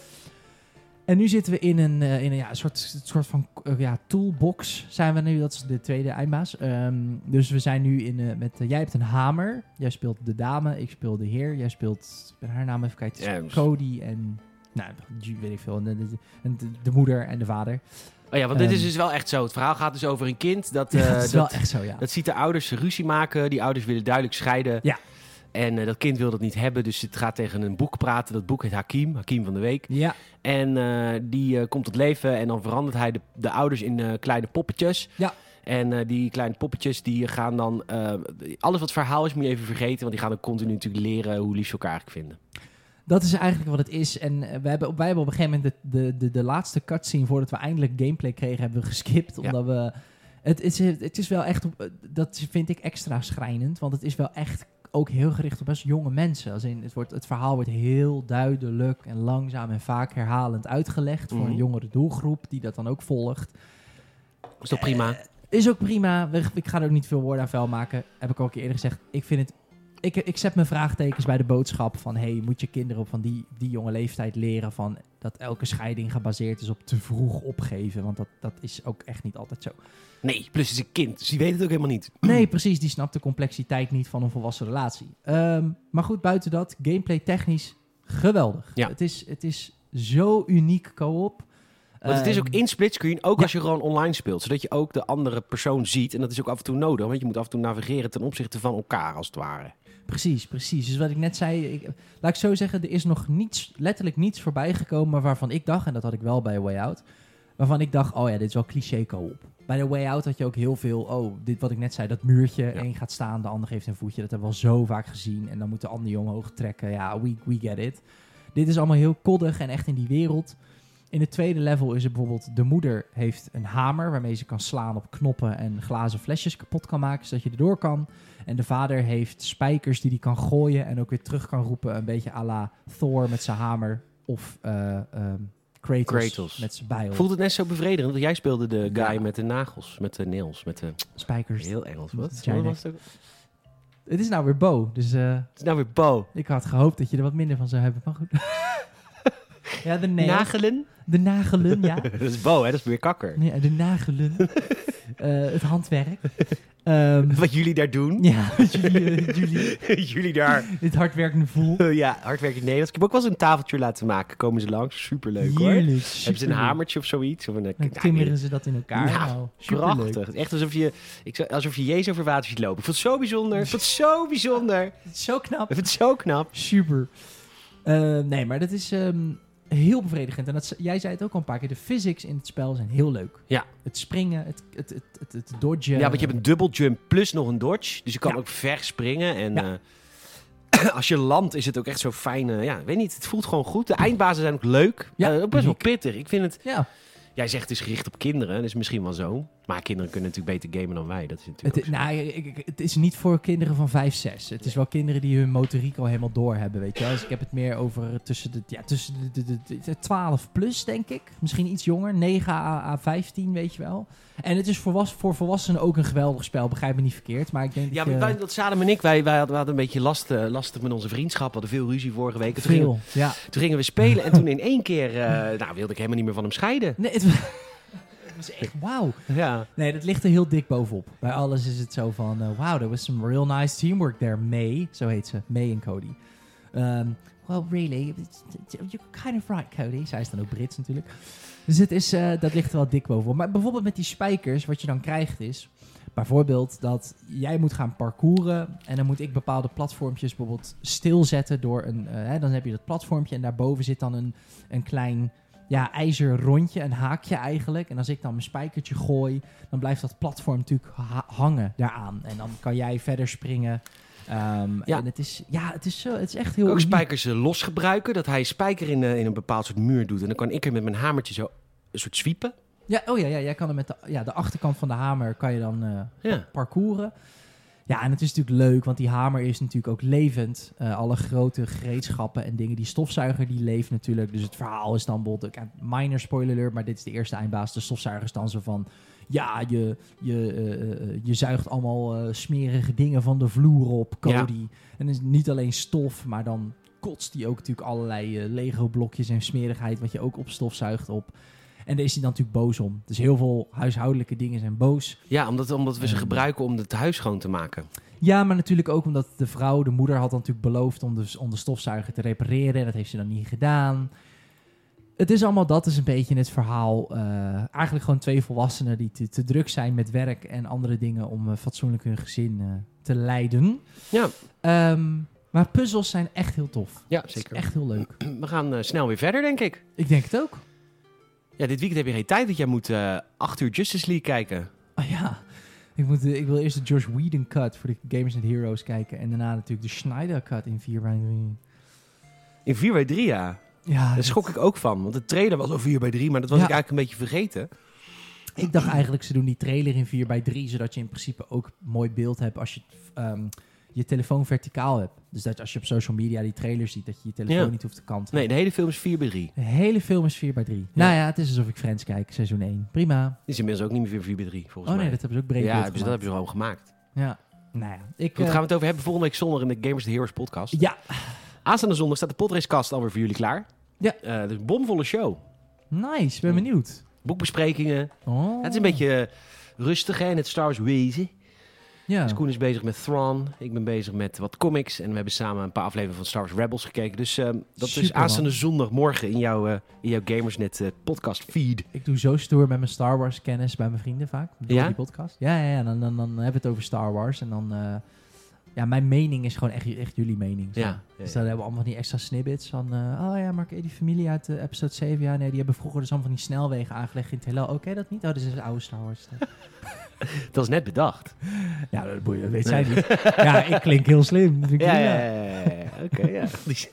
S2: En nu zitten we in een, eh, in een ja, soort, soort van eh, ja, toolbox. Zijn we nu, dat is de tweede eindbaas. Ehm, dus we zijn nu in, eh, met, eh, jij hebt een hamer. Jij speelt de dame, ik speel de heer. Jij speelt, ik ben haar naam even kwijt.
S1: Ja, dus-
S2: Cody en, nou, Ju- weet ik veel. En de, de, en de, de moeder en de vader.
S1: Oh ja, want dit is
S2: Ehm.
S1: dus wel echt zo. Het verhaal gaat dus over een kind dat, eh,
S2: dat is wel
S1: dat,
S2: echt zo, ja.
S1: dat ziet de ouders ruzie maken. Die ouders willen duidelijk scheiden.
S2: Ja.
S1: En eh, dat kind wil dat niet hebben, dus het gaat tegen een boek praten. Dat boek heet Hakim, Hakim van de Week.
S2: Ja,
S1: En eh, die eh, komt tot leven en dan verandert hij de, de ouders in eh, kleine poppetjes.
S2: Ja.
S1: En eh, die kleine poppetjes die gaan dan... eh, alles wat verhaal is moet je even vergeten, want die gaan dan continu natuurlijk leren hoe lief ze elkaar eigenlijk vinden.
S2: dat is eigenlijk wat het is. En eh, we hebben, wij hebben op een gegeven moment de, de, de, de laatste cutscene voordat we eindelijk gameplay kregen, hebben we geskipt.
S1: Ja.
S2: Omdat we. Het is, het is wel echt. op- eh, Dat vind ik extra schrijnend. Want het is wel echt ook heel gericht op best jonge mensen. Als in, het, wordt, het verhaal wordt heel duidelijk en langzaam en vaak herhalend uitgelegd. Voor
S1: Mhm.
S2: een jongere doelgroep die dat dan ook volgt.
S1: Is toch prima?
S2: Is ook prima. We- Ik ga er ook niet veel woorden aan vuil maken. Heb ik al een keer eerder gezegd. Ik vind het. Ik, ik zet mijn vraagtekens bij de boodschap van: hey, moet je kinderen op van die, die jonge leeftijd leren van dat elke scheiding gebaseerd is op te vroeg opgeven? Want dat, dat is ook echt niet altijd zo.
S1: Nee, plus het is een kind, dus die weet het ook helemaal niet.
S2: Nee, precies. Die snapt de complexiteit niet van een volwassen relatie. Ehm, maar goed, buiten dat, gameplay technisch geweldig.
S1: Ja.
S2: Het, is, het is zo uniek co-op.
S1: Want het is ook
S2: Ehm,
S1: in splitscreen, ook
S2: ja.
S1: als je gewoon online speelt. Zodat je ook de andere persoon ziet. En dat is ook af en toe nodig, want je moet af en toe navigeren ten opzichte van elkaar, als het ware.
S2: Precies, precies. Dus wat ik net zei, ik, laat ik zo zeggen, er is nog niets, letterlijk niets voorbij gekomen waarvan ik dacht, en dat had ik wel bij Way Out, waarvan ik dacht, oh ja, dit is wel cliché co-op. Bij de Way Out had je ook heel veel, oh, dit wat ik net zei, dat muurtje, één gaat staan, de ander geeft een voetje, dat hebben we al zo vaak gezien, en dan moet de ander je omhoog trekken, ja, we, we get it. Dit is allemaal heel koddig en echt in die wereld. In het tweede level is het bijvoorbeeld, de moeder heeft een hamer waarmee ze kan slaan op knoppen en glazen flesjes kapot kan maken, zodat je erdoor kan. En de vader heeft spijkers die hij kan gooien en ook weer terug kan roepen. Een beetje à la Thor met zijn hamer of eh ehm, Kratos,
S1: Kratos.
S2: met zijn bijl.
S1: Voelt het net zo bevredigend? Want jij speelde de guy
S2: Ja.
S1: met de nagels, met de nails, met de...
S2: Spijkers.
S1: Heel Engels,
S2: Met
S1: wat?
S2: de
S1: Wat
S2: Janek.
S1: was het ook?
S2: Het is nou weer Bo, dus eh,
S1: Het is nou weer Bo.
S2: ik had gehoopt dat je er wat minder van zou hebben. Maar goed. ja, de, nails,
S1: Nagelen?
S2: de nagelen, ja.
S1: dat is Bo, hè? Dat is weer kakker.
S2: ja. De nagelen. Eh, het handwerk. Ehm,
S1: Wat jullie daar doen.
S2: ja, jullie, eh, jullie,
S1: jullie daar...
S2: het hardwerkende voel.
S1: eh, ja, hardwerkend Nederlands. Ik heb ook wel eens een tafeltje laten maken. Komen ze langs. Superleuk, hoor.
S2: Heerlijk,
S1: Hebben ze een
S2: superleuk.
S1: hamertje of zoiets? Of een,
S2: Dan
S1: nou,
S2: timmeren ze dat in elkaar.
S1: Ja,
S2: nou, superleuk.
S1: Prachtig. Het is Echt alsof je, ik, zou- alsof je Jezus over water ziet lopen. Ik vond het zo bijzonder. Ik vond het zo bijzonder.
S2: Het is Zo knap.
S1: Ik vond het zo knap.
S2: Super. Eh, nee, maar dat is ehm, heel bevredigend. En dat, ze- jij zei het ook al een paar keer. De physics in het spel zijn heel leuk.
S1: Ja.
S2: Het springen, het, het, het, het, het dodgen.
S1: Ja, want je hebt een dubbel jump plus nog een dodge. Dus je kan
S2: Ja.
S1: ook ver springen. En
S2: Ja.
S1: eh, als je landt is het ook echt zo fijn. eh, ja, ik weet niet. Het voelt gewoon goed. De eindbazen zijn ook leuk.
S2: Ja,
S1: Ja, ook best wel
S2: uniek.
S1: pittig. Ik vind het...
S2: Ja,
S1: Jij zegt het is gericht op kinderen. Dat is misschien wel zo. Maar kinderen kunnen natuurlijk beter gamen dan wij. Dat is natuurlijk
S2: het,
S1: ook zo.
S2: nou, ik- ik- het is niet voor kinderen van 5, 6. Het is wel kinderen die hun motoriek al helemaal door hebben, weet je wel. Dus ik heb het meer over tussen de, ja, tussen de, de, de, de 12 plus, denk ik. Misschien iets jonger, 9 à, à 15, weet je wel. En het is voor, was- voor volwassenen ook een geweldig spel, begrijp me niet verkeerd. Maar ik denk
S1: Ja,
S2: dat
S1: maar
S2: je...
S1: wij, dat Sadam en ik, wij, wij hadden we hadden een beetje last, eh, lastig met onze vriendschap. We hadden veel ruzie vorige week. En Toen gingen,
S2: Veel, ja.
S1: toen gingen we spelen en toen in één keer eh, nou, wilde ik helemaal niet meer van hem scheiden.
S2: Nee, het, is echt wauw.
S1: Ja.
S2: Nee, dat ligt er heel dik bovenop. Bij alles is het zo van, eh, wow, there was some real nice teamwork there, May. Zo heet ze, May en Cody. Ehm, well, really, it's- it's- you're kind of right, Cody. Zij is dan ook Brits natuurlijk. Dus het is, eh, dat ligt er wel dik bovenop. Maar bijvoorbeeld met die spijkers, wat je dan krijgt is... Bijvoorbeeld dat jij moet gaan parcouren en dan moet ik bepaalde platformpjes bijvoorbeeld stilzetten door een... eh, hè, dan heb je dat platformpje en daarboven zit dan een, een klein ja, ijzer rondje, een haakje eigenlijk. En als ik dan mijn spijkertje gooi, dan blijft dat platform natuurlijk ha- hangen daaraan. En dan kan jij verder springen. Ehm,
S1: Ja.
S2: En het is, ja, het is, zo, het is echt heel
S1: Kan ook
S2: uniek.
S1: spijkers eh, los gebruiken. Dat hij spijker in, eh, in een bepaald soort muur doet. En dan kan ik er met mijn hamertje zo een soort sweepen.
S2: Ja, oh ja, ja, jij kan er met de, ja, de achterkant van de hamer kan je dan eh,
S1: Ja.
S2: parcouren. Ja, en het is natuurlijk leuk, want die hamer is natuurlijk ook levend. Eh, alle grote gereedschappen en dingen. Die stofzuiger die leeft natuurlijk. Dus het verhaal is dan bijvoorbeeld... ook- ja, Minor spoiler alert, maar dit is de eerste eindbaas. De stofzuiger is dan zo van... Ja, je, je, eh, eh, je zuigt allemaal eh, smerige dingen van de vloer op,
S1: Ja.
S2: Cody. En het is niet alleen stof, maar dan kotst hij ook natuurlijk allerlei eh, Lego-blokjes en smerigheid... wat je ook op stofzuigt op. En daar is hij dan natuurlijk boos om. Dus heel veel huishoudelijke dingen zijn boos.
S1: Ja, omdat, omdat we ze
S2: Ehm.
S1: gebruiken om het huis schoon te maken.
S2: Ja, maar natuurlijk ook omdat de vrouw, de moeder, had dan natuurlijk beloofd om de, om de stofzuiger te repareren. En dat heeft ze dan niet gedaan. Het is allemaal dat, is een beetje het verhaal. eh, eigenlijk gewoon twee volwassenen die te, te druk zijn met werk en andere dingen om eh, fatsoenlijk hun gezin eh, te leiden.
S1: Ja,
S2: Ehm, maar puzzels zijn echt heel tof.
S1: ja
S2: Het is
S1: zeker.
S2: Echt heel leuk.
S1: We gaan eh, snel weer verder, denk ik.
S2: Ik denk het ook.
S1: Ja, dit weekend heb je geen tijd. Dat jij moet eh acht uur Justice League kijken.
S2: Oh ja, ik, moet, eh, ik wil eerst de George Whedon cut voor de Gamers and Heroes kijken. En daarna natuurlijk de Schneider cut in 4x3.
S1: In 4 bij 3 ja.
S2: Ja,
S1: Daar
S2: Ah, dat-
S1: schok ik ook van. Want de trailer was al 4 bij 3 maar dat was
S2: Ja.
S1: ik eigenlijk een beetje vergeten.
S2: Ik dacht eigenlijk, ze doen die trailer in 4 bij 3 zodat je in principe ook mooi beeld hebt als je ehm, je telefoon verticaal hebt. Dus dat als je op social media die trailer ziet, dat je je telefoon
S1: Ja.
S2: niet hoeft te kanten.
S1: Nee, de hele film is 4 bij 3
S2: De hele film is 4 bij 3 Nou ja, het is alsof ik Friends kijk, seizoen 1. Prima.
S1: Is inmiddels ook niet meer 4 bij 3 volgens
S2: Oh
S1: mij.
S2: nee, dat hebben ze ook breed
S1: ja,
S2: beeld
S1: hebben ze- dat
S2: gemaakt.
S1: hebben ze gewoon gemaakt.
S2: Ja. Nou ja, ik...
S1: Goed,
S2: eh,
S1: gaan we het over hebben volgende week zondag in de Gamers the Heroes podcast.
S2: ja,
S1: Aanstaande zondag staat de podracecast alweer voor jullie klaar.
S2: Ja.
S1: Eh, dus een bomvolle show.
S2: nice. Ben benieuwd.
S1: Boekbesprekingen.
S2: Oh.
S1: het is een beetje eh, rustig hè, in het Star Wars wezen.
S2: Ja.
S1: Dus Koen is bezig met Thrawn. Ik ben bezig met wat comics. En we hebben samen een paar afleveringen van Star Wars Rebels gekeken. Dus ehm, dat is
S2: Super,
S1: aanstaande zondagmorgen in jouw, eh, in jouw Gamersnet eh, podcast feed.
S2: Ik doe zo stoer met mijn Star Wars kennis bij mijn vrienden vaak. Door
S1: Ja?
S2: die podcast. Ja, ja, ja. Dan, dan, dan hebben we het over Star Wars. En dan... eh, ja, mijn mening is gewoon echt, echt jullie mening.
S1: Ja.
S2: zeg
S1: ja,
S2: Dus dan hebben we allemaal van die extra snippets van... eh, oh ja, maar oké, die familie uit eh, episode 7... Ja, nee, die hebben vroeger dus allemaal van die snelwegen aangelegd in het heelal. Oké, dat niet? Oh, dit is een oude Star Wars.
S1: Dat is net bedacht.
S2: ja, dat, boeit- dat weet zij niet. ja, ik klink heel slim. Dat vind ik
S1: Ja,
S2: prima.
S1: ja, ja. ja, ja. Oké, ja. Die-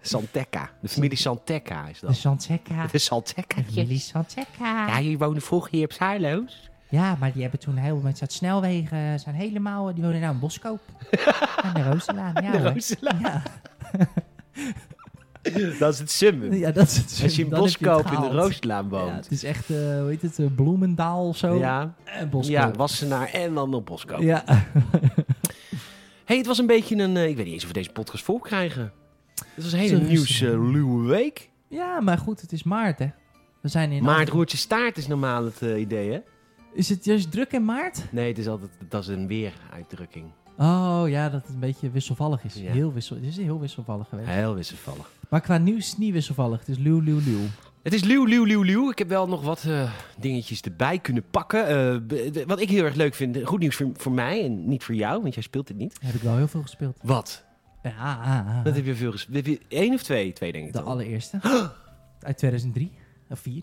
S1: Santeca. De familie Santeca is
S2: De
S1: dat.
S2: Santeca.
S1: De Santeca.
S2: De familie Santeca.
S1: Ja,
S2: Ja,
S1: jullie woonden vroeger hier op Zuiloos.
S2: maar die hebben toen heel met dat snelwegen... eh, zijn helemaal... Die wonen nou in Boskoop. Aan de Roosenlaan. Ja,
S1: De
S2: hoor.
S1: Roosenlaan.
S2: Ja.
S1: Dat is het summum.
S2: ja, dat is het.
S1: Als je in
S2: Dan heb het
S1: Boskoop in de
S2: gehaald.
S1: Rooslaan
S2: Ja,
S1: woont.
S2: het is echt, eh, hoe heet het, eh, Bloemendaal of zo.
S1: Ja,
S2: Eh, Boskoop.
S1: ja, Wassenaar en dan op Boskoop.
S2: ja.
S1: hey, het was een beetje een... eh, ik weet niet eens of we deze podcast vol krijgen. Het was een hele
S2: Zo rustig.
S1: nieuwsluwe week.
S2: Ja, maar goed, het is maart, hè? We zijn in.
S1: Maar het roertje staart is normaal het eh, idee, hè?
S2: Is het juist druk in maart?
S1: Nee, het is altijd... Dat is een weeruitdrukking.
S2: Oh ja, dat het een beetje wisselvallig is.
S1: Ja.
S2: Heel wissel, het is heel wisselvallig geweest.
S1: Heel wisselvallig.
S2: Maar qua nieuws niet wisselvallig. Het is luw, luw, luw.
S1: Het is luw, luw, luw, luw. Ik heb wel nog wat eh, dingetjes erbij kunnen pakken. Eh, b- d- wat ik heel erg leuk vind. eh, Goed nieuws voor, voor mij en niet voor jou, want jij speelt dit niet.
S2: Heb ik wel heel veel gespeeld.
S1: Wat?
S2: Ja, ah, ah, ah.
S1: Dat heb je veel gespeeld. Heb je één of twee? Twee, denk ik
S2: de
S1: toch?
S2: allereerste. Uit 2003 of 4.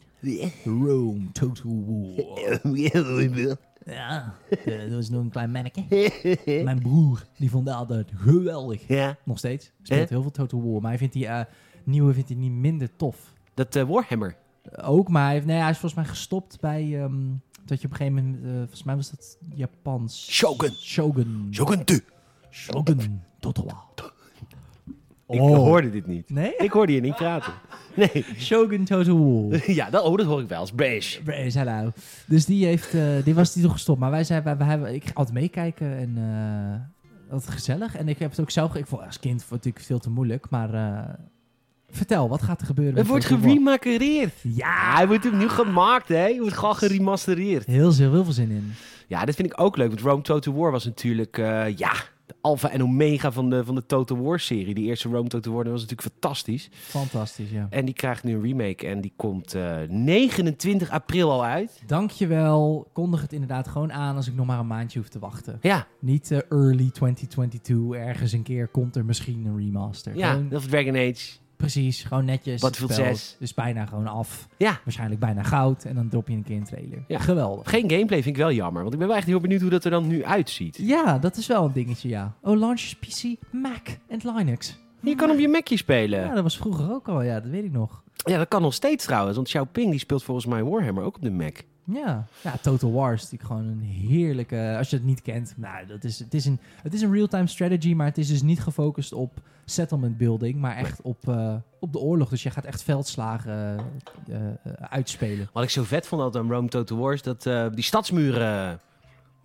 S2: Rome Total War. Ja, eh, dat was nog een klein manneke. Mijn broer, die vond dat altijd geweldig.
S1: Ja.
S2: Nog steeds. Speelt
S1: Eh?
S2: heel veel Total War. Maar hij vindt die eh, nieuwe vindt hij niet minder tof.
S1: Dat eh, Warhammer.
S2: Ook, maar hij, heeft- nee, hij is volgens mij gestopt bij... ehm, dat je op een gegeven moment... eh, volgens mij was dat Japans.
S1: Shogun.
S2: Shogun.
S1: Shogun 2.
S2: Shogun. Totowa.
S1: Ik
S2: Oh.
S1: hoorde dit niet.
S2: Nee?
S1: Ik hoorde je niet praten. Nee.
S2: Shogun Total War.
S1: Ja, dat, oh, dat hoor ik wel. Als beige.
S2: Brace, hallo. Dus die heeft... eh, die was die toch gestopt. Maar wij zijn... Wij, wij, hebben- ik ga altijd meekijken en... eh, dat is gezellig. En ik heb het ook zelf... ge- Ik vond als kind vond ik het natuurlijk veel te moeilijk, maar... eh, Vertel, wat gaat er gebeuren?
S1: Het
S2: met
S1: wordt
S2: Fatal Fury?
S1: geremakereerd. Ja,
S2: Ja,
S1: hij wordt opnieuw gemaakt, hè? Hij wordt gewoon geremastereerd.
S2: heel, zeer- heel veel zin in.
S1: Ja, dat vind ik ook leuk. Want Rome Total War was natuurlijk, eh, ja, de alfa en omega van de, van de Total War-serie. Die eerste Rome Total War, dat was natuurlijk fantastisch.
S2: Fantastisch, ja.
S1: En die krijgt nu een remake en die komt eh, 29 april al uit.
S2: Dankjewel. Kondig het inderdaad gewoon aan als ik nog maar een maandje hoef te wachten.
S1: Ja,
S2: Niet eh, early 2022, ergens een keer komt er misschien een remaster.
S1: ja,
S2: Gewoon,
S1: dat is Dragon Age.
S2: precies, gewoon netjes.
S1: Battlefield
S2: spel.
S1: 6.
S2: Dus bijna gewoon af.
S1: Ja.
S2: Waarschijnlijk bijna goud en dan drop je een keer een trailer.
S1: Ja.
S2: Geweldig.
S1: Geen gameplay vind ik wel jammer, want ik ben wel echt heel benieuwd hoe dat er dan nu uitziet.
S2: Ja, dat is wel een dingetje, ja. Oh, launch PC, Mac en Linux.
S1: Je kan op je Macje spelen.
S2: Ja, dat was vroeger ook al, ja, dat weet ik nog.
S1: Ja, dat kan nog steeds trouwens, want Xiaoping die speelt volgens mij Warhammer ook op de Mac.
S2: Ja, ja Total War is natuurlijk gewoon een heerlijke... Als je het niet kent, nou, dat is, het is een, het is een real-time strategy... maar het is dus niet gefocust op settlement building... maar echt op, eh, op de oorlog. Dus je gaat echt veldslagen eh, eh, uitspelen.
S1: Wat ik zo vet vond altijd aan Rome Total War is dat eh, die stadsmuren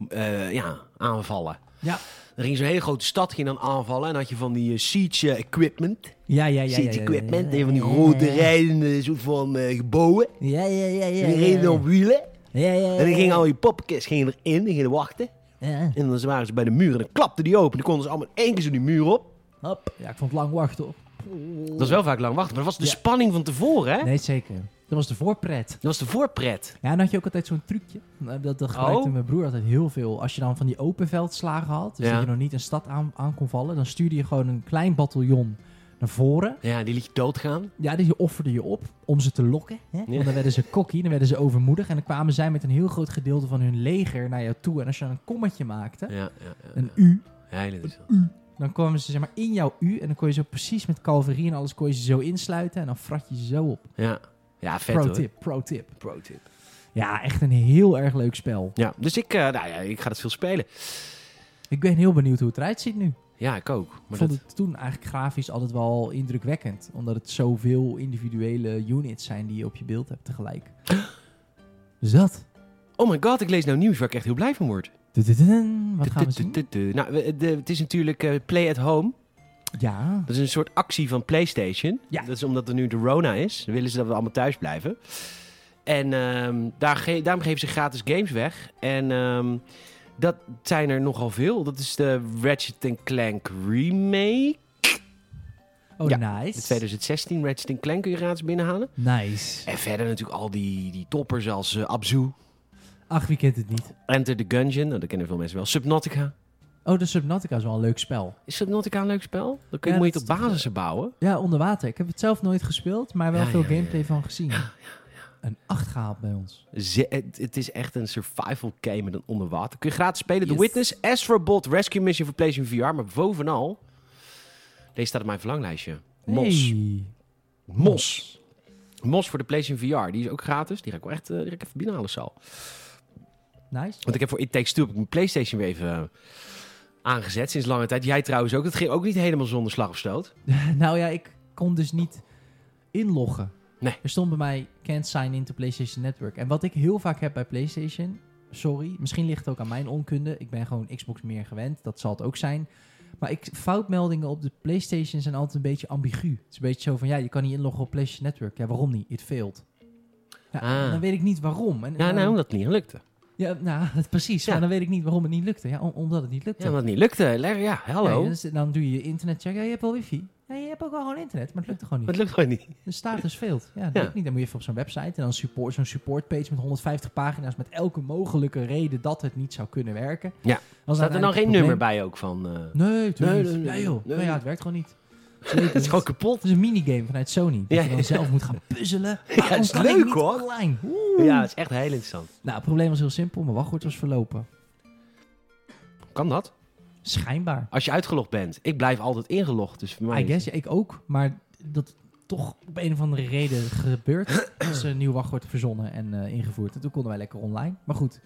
S1: eh, ja, aanvallen.
S2: Ja.
S1: Er ging zo'n hele grote stad ging dan aanvallen en dan had je van die eh, siege equipment.
S2: Ja, ja, ja.
S1: siege
S2: ja, ja,
S1: equipment,
S2: ja,
S1: een van die
S2: ja, ja,
S1: rode
S2: ja.
S1: rijdende soort van eh, gebouwen.
S2: Ja, ja, ja, ja.
S1: die reden op wielen.
S2: Ja, ja, ja,
S1: En dan
S2: ja.
S1: gingen al je poppenkist gingen erin, die gingen wachten.
S2: Ja.
S1: En dan waren ze bij de muur en dan klapten die open. Dan konden ze allemaal in één keer zo die muur op.
S2: Hop. Ja, ik vond het lang wachten op.
S1: Dat was wel vaak lang wachten, maar dat was de
S2: Ja.
S1: spanning van tevoren, hè?
S2: Nee, zeker. Dat was de voorpret.
S1: Dat was de voorpret.
S2: Ja, en dan had je ook altijd zo'n trucje. eh, Dat, dat gebruikte
S1: Oh.
S2: mijn broer altijd heel veel. Als je dan van die open veldslagen had, dus
S1: Ja.
S2: dat je nog niet een stad aan, aan kon vallen, dan stuurde je gewoon een klein bataljon naar voren.
S1: Ja, die liet je doodgaan.
S2: Ja, die offerde je op om ze te lokken. Hè?
S1: Ja.
S2: Want dan werden ze kokkie, dan werden ze overmoedig. En dan kwamen zij met een heel groot gedeelte van hun leger naar jou toe. En als je dan een kommetje maakte,
S1: Ja, ja, ja.
S2: een U,
S1: ja heel interessant.
S2: dan kwamen ze zeg maar in jouw U. En dan kon je zo precies met calverie en alles kon je ze zo insluiten. En dan frat je ze zo op.
S1: Ja, ja vet
S2: Pro
S1: hoor.
S2: tip, pro tip.
S1: Pro tip.
S2: Ja, echt een heel erg leuk spel.
S1: Ja, dus ik, eh, nou ja, ik ga dat veel spelen.
S2: Ik ben heel benieuwd hoe het eruit ziet nu.
S1: Ja, ik ook.
S2: Ik
S1: Maar
S2: vond
S1: dat,
S2: het toen eigenlijk grafisch altijd wel indrukwekkend. Omdat het zoveel individuele units zijn die je op je beeld hebt tegelijk. Dus dat.
S1: Oh my god, ik lees nou nieuws waar ik echt heel blij van word.
S2: Tududun. Wat gaan we zien?
S1: Tu-tu-tu-tu. Nou, we- de- het is natuurlijk eh, Play at Home.
S2: Ja.
S1: Dat is een soort actie van PlayStation.
S2: Ja.
S1: Dat is omdat er nu de Rona is. Dan willen ze dat we allemaal thuis blijven. En ehm, daar ge- daarom geven ze gratis games weg. En ehm, dat zijn er nogal veel. Dat is de Ratchet Clank Remake.
S2: Oh,
S1: Ja, De
S2: nice.
S1: 2016 Ratchet Clank kun je gratis binnenhalen.
S2: Nice.
S1: En verder natuurlijk al die, die toppers als eh, Abzu,
S2: Ach, wie kent het niet?
S1: Enter the Gungeon. Nou, dat kennen veel mensen wel. Subnautica.
S2: Oh, de Subnautica is wel een leuk spel.
S1: Is Subnautica een leuk spel? Dan kun je,
S2: Ja,
S1: moet je het
S2: dat is
S1: op
S2: toch,
S1: basissen bouwen.
S2: Ja, onder water. Ik heb het zelf nooit gespeeld, maar wel
S1: Ja,
S2: veel
S1: ja, ja,
S2: gameplay van gezien. Een 8 gehaald bij ons.
S1: Ze- het, het is echt een survival game met een onderwater. Kun je gratis spelen. The
S2: Yes.
S1: Witness, Astrobot, Rescue Mission voor PlayStation VR. Maar bovenal, deze staat op mijn verlanglijstje. Mos.
S2: Hey.
S1: Mos. Mos voor de PlayStation VR. Die is ook gratis. Die ga ik wel echt eh, die ga ik even binnenhalen zo.
S2: Nice.
S1: Want ik heb voor It Takes Two heb ik mijn PlayStation weer even eh, aangezet sinds lange tijd. Jij trouwens ook. Dat ging ook niet helemaal zonder slag of stoot.
S2: Nou ja, ik kon dus niet inloggen.
S1: Nee.
S2: Er stond bij mij can't sign into PlayStation Network. En wat ik heel vaak heb bij PlayStation, sorry, misschien ligt het ook aan mijn onkunde. Ik ben gewoon Xbox meer gewend, dat zal het ook zijn. Maar ik, foutmeldingen op de PlayStation zijn altijd een beetje ambigu. Het is een beetje zo van, ja, je kan niet inloggen op PlayStation Network. Ja, waarom niet? It failed. Ja,
S1: Ah.
S2: Dan weet ik niet waarom. En,
S1: Ja,
S2: en-
S1: nou, omdat het niet lukte.
S2: ja, nou, precies.
S1: Ja.
S2: Maar dan weet ik niet waarom het niet lukte. Ja, om- omdat het niet lukte.
S1: Ja, omdat het niet lukte. Le- Ja, hallo.
S2: Ja, dus dan doe je je internet checken. Ja, je hebt wel wifi. Ja, je hebt ook wel gewoon internet, maar het lukte gewoon niet.
S1: Maar het lukt gewoon niet.
S2: De status failed. Ja,
S1: Ja.
S2: dat weet ik niet. Dan moet je even op zo'n website en dan support, zo'n supportpage met 150 pagina's met elke mogelijke reden dat het niet zou kunnen werken.
S1: Ja.
S2: Dan is
S1: Staat er
S2: uiteindelijk
S1: dan geen
S2: het
S1: nummer
S2: probleem.
S1: bij ook van... eh,
S2: Nee, tuurlijk
S1: Nee,
S2: niet.
S1: nee,
S2: Ja, joh.
S1: nee.
S2: Nee, ja, het werkt gewoon niet.
S1: Het is gewoon kapot.
S2: Het is een minigame vanuit Sony. Dat
S1: Ja,
S2: je dan
S1: ja.
S2: zelf moet gaan puzzelen. Waarom
S1: dat is
S2: kan ik
S1: leuk,
S2: niet
S1: hoor.
S2: online?
S1: Ja, het is echt heel interessant.
S2: Nou, het probleem was heel simpel. Mijn wachtwoord was verlopen.
S1: Kan dat?
S2: Schijnbaar.
S1: Als je uitgelogd bent. Ik blijf altijd ingelogd, dus voor mij...
S2: I
S1: is-
S2: guess, ja, ik ook. Maar dat toch op een of andere reden gebeurt. is een nieuw wachtwoord verzonnen en eh, ingevoerd. En toen konden wij lekker online. Maar goed,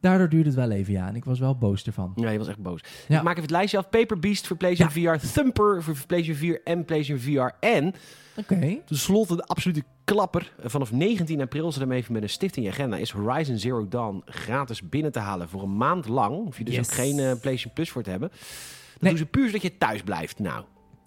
S2: daardoor duurde het wel even, ja. En ik was wel boos ervan.
S1: Ja, je was echt boos.
S2: Ja.
S1: Ik maak even het lijstje af. Paper Beast voor PlayStation VR. Thumper voor PlayStation 4 en PlayStation VR. En
S2: Oké.
S1: tenslotte de absolute klapper. Eh, Vanaf 19 april, ze daarmee even met een stift in je agenda... is Horizon Zero Dawn gratis binnen te halen voor een maand lang. Hoef je dus
S2: Yes.
S1: ook geen eh, PlayStation Plus voor te hebben. Dat
S2: Nee.
S1: doen ze puur zodat je thuis blijft. Nou,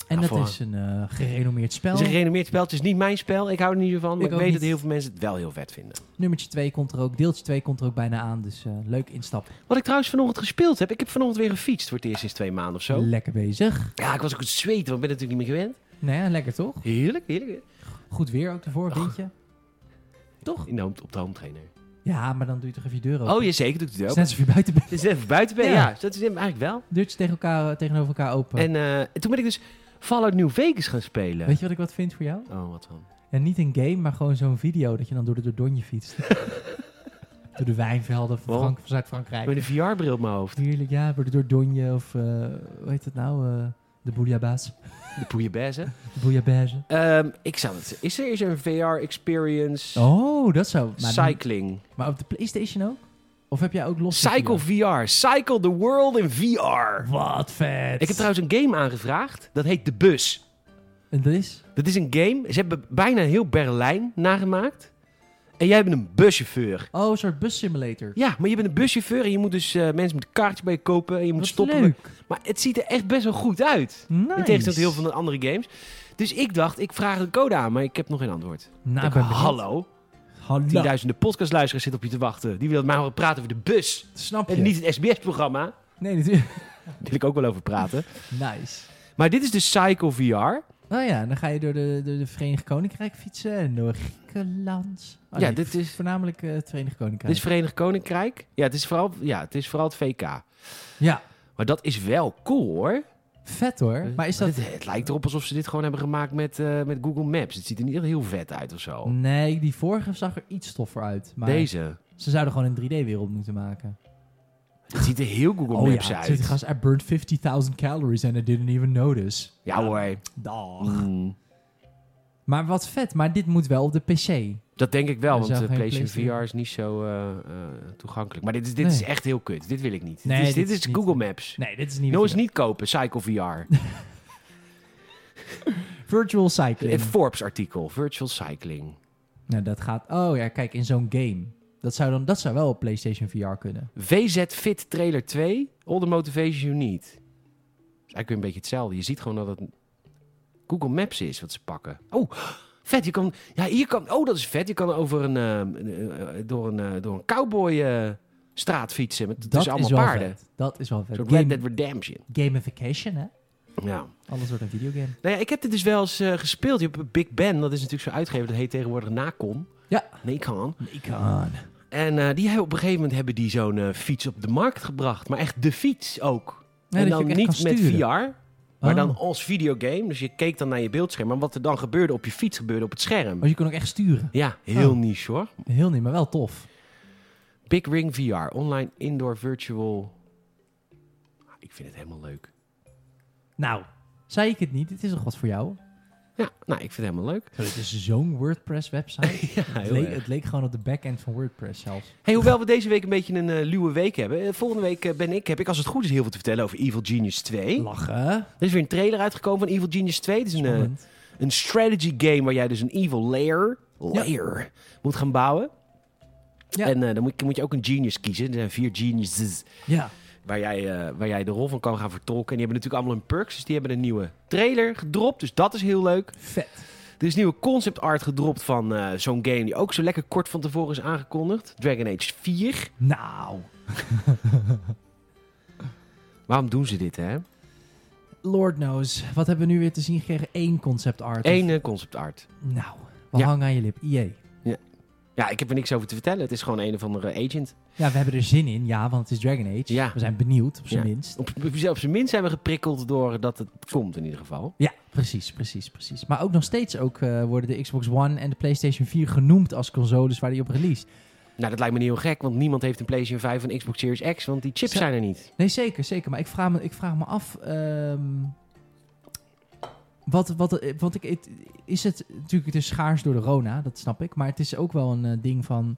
S2: En
S1: Ja,
S2: dat
S1: vooral.
S2: is een eh, gerenommeerd spel.
S1: Het is een gerenommeerd spel. Het is niet mijn spel. Ik hou er niet van. Maar
S2: Ik
S1: ik,
S2: ook
S1: weet
S2: niet.
S1: dat heel veel mensen het wel heel vet vinden.
S2: Nummertje 2 komt er ook. Deeltje 2 komt er ook bijna aan. Dus eh, leuk instap.
S1: Wat ik trouwens vanochtend gespeeld heb. Ik heb vanochtend weer gefietst voor het eerst sinds twee maanden of zo.
S2: Lekker bezig.
S1: Ja, ik was ook aan het zweten, want ik ben natuurlijk niet meer gewend.
S2: Nou ja, lekker toch?
S1: Heerlijk, heerlijk.
S2: Goed weer ook ervoor, windje. Toch?
S1: In de home, op de home trainer.
S2: Ja, maar dan doe je toch even je deur open.
S1: Oh, je zeker doe ik het
S2: Het is
S1: ook.
S2: net alsof je buiten bent.
S1: Het is net even buiten ben, ja.
S2: Ja.
S1: Dat is eigenlijk wel.
S2: Deurtjes tegen elkaar, eh, tegenover elkaar open.
S1: En eh, toen ben ik dus Fallout New Vegas gaan spelen.
S2: Weet je wat ik wat vind voor jou?
S1: Oh, wat dan?
S2: En niet een game, maar gewoon zo'n video dat je dan door de Dordogne fietst. door de wijnvelden van,
S1: Wow.
S2: Frank- van
S1: Met
S2: Zuid-Frankrijk.
S1: een VR-bril op mijn hoofd.
S2: Heerlijk, ja, door de Dordogne of, eh, hoe heet het nou? eh, de Bouillabaisse.
S1: De poeiebezen.
S2: De Bouillabaisse.
S1: Ehm ik zou het... Is er, is er een VR-experience?
S2: Oh, dat zou... Maar, dan-
S1: Cycling.
S2: maar op de Playstation ook? Of heb jij ook los?
S1: Cycle VR. Cycle the world in VR.
S2: Wat vet.
S1: Ik heb trouwens een game aangevraagd. Dat heet De Bus.
S2: En dat is?
S1: Dat is een game. Ze hebben bijna heel Berlijn nagemaakt. En jij bent een buschauffeur.
S2: Oh, een soort bussimulator.
S1: Ja, maar je bent een buschauffeur en je moet dus eh, mensen met kaartjes bij je kopen en je moet
S2: Wat
S1: stoppen.
S2: leuk.
S1: Maar het ziet er echt best wel goed uit.
S2: Nice.
S1: In tegenstelling tot heel veel van de andere games. Dus ik dacht, ik vraag een code aan, maar ik heb nog geen antwoord.
S2: Nou, ik
S1: Ik
S2: ben
S1: dacht,
S2: benieuwd.
S1: hallo,
S2: Hallo.
S1: tienduizenden podcastluisteraars zitten op je te wachten. Die willen maar horen praten over de bus.
S2: Snap je?
S1: En niet het SBS-programma. Daar
S2: Nee, natuurlijk.
S1: wil ik ook wel over praten.
S2: Nice.
S1: Maar dit is dus de Cycle VR.
S2: Nou ja, dan ga je door de, door de Verenigd Koninkrijk fietsen. en door Griekenland. Oh
S1: Ja,
S2: nee,
S1: dit
S2: v-
S1: is-
S2: Voornamelijk eh, het Verenigd
S1: Dit
S2: Koninkrijk.
S1: is Verenigd Koninkrijk. Ja, het is vooral, ja, het, is vooral het VK.
S2: Ja,
S1: Maar dat is wel cool hoor.
S2: vet hoor. Maar is dat...
S1: het, het lijkt erop alsof ze dit gewoon hebben gemaakt met, eh, met Google Maps. Het ziet er niet echt heel vet uit of zo.
S2: Nee, die vorige zag er iets toffer uit. Maar
S1: oh. Deze.
S2: ze zouden gewoon een 3D-wereld moeten maken. Oh
S1: Het ziet er heel Google Maps
S2: ja,
S1: uit.
S2: zit gast, I burned 50.000 calories and I didn't even notice.
S1: Ja hoor.
S2: Dag.
S1: Mm.
S2: Maar wat vet. Maar dit moet wel op de PC.
S1: Dat denk ik wel,
S2: Er
S1: want
S2: zou
S1: eh,
S2: geen
S1: PlayStation
S2: PlayStation-
S1: VR is niet zo eh, eh, toegankelijk. Maar dit, is, dit
S2: Nee.
S1: is echt heel kut. Dit wil ik niet.
S2: Nee,
S1: dit is, dit
S2: dit
S1: is
S2: is niet-
S1: Google Maps.
S2: Nee, dit is niet...
S1: No
S2: voor
S1: is niet kopen, Cycle VR.
S2: Virtual
S1: Een
S2: cycling.
S1: Forbes artikel, virtual cycling.
S2: Nou, dat gaat... Oh ja, kijk, in zo'n game. Dat zou, dan, dat zou wel op PlayStation VR kunnen.
S1: VZ Fit Trailer 2, All the Motivation You Need. Dat is eigenlijk weer een beetje hetzelfde. Je ziet gewoon dat het Google Maps is wat ze pakken. Oh, vet. Je kan, ja, hier kan, oh, dat is vet. Je kan over een, eh, eh, eh, door, een, eh, door een cowboy eh, straat fietsen. Met,
S2: Dat
S1: tussen allemaal
S2: wel
S1: paarden. Een
S2: vet. Dat is wel vet.
S1: soort
S2: Game-
S1: Red Dead Redemption.
S2: gamification, hè?
S1: Ja.
S2: Alles wordt een videogame.
S1: Nou ja, ik heb dit dus wel eens eh, gespeeld. Je hebt Big Ben, dat is natuurlijk zo'n uitgever. Dat heet tegenwoordig Nacon.
S2: Ja.
S1: Nacon.
S2: Ik kan.
S1: En eh, die hebben op een gegeven moment hebben die zo'n eh, fiets op de markt gebracht. Maar echt de fiets ook. en dan niet met VR, maar
S2: Oh.
S1: dan als videogame. Dus je keek dan naar je beeldscherm. Maar wat er dan gebeurde op je fiets, gebeurde op het scherm.
S2: Maar je kon ook echt sturen.
S1: Ja, heel
S2: Oh.
S1: niche hoor.
S2: Heel niet, maar wel tof.
S1: Big Ring VR, online indoor virtual. Ah, Ik vind het helemaal leuk.
S2: Nou, zei ik het niet. Het is toch wat voor jou?
S1: Ja, nou, ik vind het helemaal leuk.
S2: Zo, dit is zo'n WordPress-website.
S1: Ja,
S2: het,
S1: heel
S2: leek,
S1: erg.
S2: het leek gewoon op de backend van WordPress zelfs.
S1: Hey, hoewel we deze week een beetje een eh, luwe week hebben. eh, volgende week eh, ben ik, heb ik als het goed is heel veel te vertellen over Evil Genius 2.
S2: Lachen.
S1: Er is weer een trailer uitgekomen van Evil Genius 2. Het is een, eh,
S2: Spannend.
S1: een strategy game waar jij dus een evil layer, layer moet gaan bouwen.
S2: Ja.
S1: En eh, dan moet, je- moet je ook een genius kiezen. Er zijn vier geniuses
S2: Ja.
S1: waar jij, eh, waar jij de rol van kan gaan vertolken. En die hebben natuurlijk allemaal hun perks. Dus die hebben een nieuwe trailer gedropt. Dus dat is heel leuk.
S2: Vet.
S1: Er is nieuwe concept art gedropt van eh, zo'n game die ook zo lekker kort van tevoren is aangekondigd. Dragon Age 4.
S2: Nou,
S1: Waarom doen ze dit, hè?
S2: Lord knows. Wat hebben we nu weer te zien gekregen? Eén concept art.
S1: Eén eh, concept art.
S2: Nou, we
S1: Ja.
S2: hangen aan je lip. E IE.
S1: Ja, ik heb er niks over te vertellen. Het is gewoon een of andere agent.
S2: Ja, we hebben er zin in. Ja, want het is Dragon Age.
S1: Ja.
S2: We zijn benieuwd, op zijn minst.
S1: Op, op zijn minst zijn we geprikkeld door dat het komt in ieder geval.
S2: Ja, precies, precies, precies. Maar ook nog steeds ook, eh, worden de Xbox One en de PlayStation 4 genoemd als consoles waar die op release.
S1: Nou, dat lijkt me niet heel gek, want niemand heeft een PlayStation 5 en Xbox Series X, want die chips
S2: Zo.
S1: zijn er niet.
S2: Nee, zeker, zeker. Maar ik vraag me, ik vraag me af. ehm, wat, wat, eh, want ik, het, is het natuurlijk, het is schaars door de Rona, dat snap ik. Maar het is ook wel een eh, ding van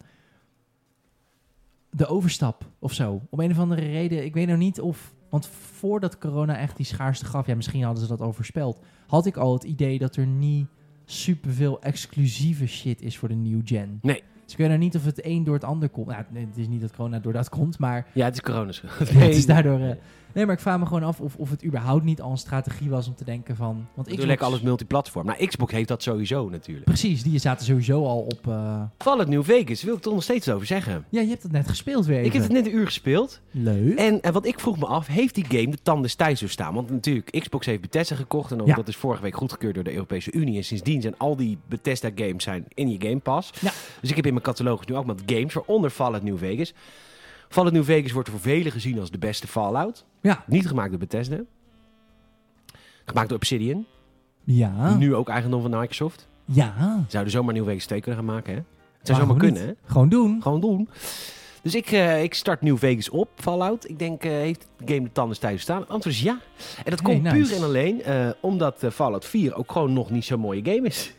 S2: de overstap of zo. Om een of andere reden, ik weet nou niet of. Want voordat corona echt die schaarste gaf, ja, misschien hadden ze dat overspeld. Had ik al het idee dat er niet superveel exclusieve shit is voor de new gen.
S1: Nee.
S2: Dus ik weet nou niet of het een door het ander komt. Nou, nee, het is niet dat corona door dat komt, maar
S1: Ja, het is corona.
S2: het is daardoor... eh, nee, maar ik vraag me gewoon af of, of het überhaupt niet al een strategie was om te denken van... Want
S1: Ik
S2: ik
S1: doe lekker alles multiplatform. Nou, Xbox heeft dat sowieso natuurlijk.
S2: Precies, die zaten sowieso al op... eh,
S1: Fallout New Vegas wil ik toch nog steeds over zeggen.
S2: Ja, je hebt het net gespeeld weer
S1: Ik heb het
S2: even.
S1: net een uur gespeeld.
S2: Leuk.
S1: En, en wat ik vroeg me af, heeft die game de tanden stijf zo staan? Want natuurlijk, Xbox heeft Bethesda gekocht. En ook
S2: Ja.
S1: dat is vorige week goedgekeurd door de Europese Unie. En sindsdien zijn al die Bethesda-games zijn in je Game Pass.
S2: Ja.
S1: Dus ik heb in mijn catalogus nu ook wat games, waaronder Fallout New Vegas. Fallout New Vegas wordt voor velen gezien als de beste Fallout.
S2: Ja.
S1: Niet gemaakt door Bethesda. Gemaakt door Obsidian.
S2: Ja.
S1: Nu ook eigendom van Microsoft.
S2: Ja.
S1: Zouden zomaar New Vegas 2 kunnen gaan maken, hè? Het zou
S2: Waarom
S1: zomaar
S2: niet?
S1: kunnen, hè?
S2: Gewoon doen.
S1: Gewoon doen. Dus ik, eh, ik start New Vegas op, Fallout. Ik denk, eh, heeft de game de tanden stijf staan? Het antwoord is ja. En dat
S2: Hey,
S1: komt
S2: nice.
S1: puur en alleen eh, omdat eh, Fallout 4 ook gewoon nog niet zo'n mooie game is.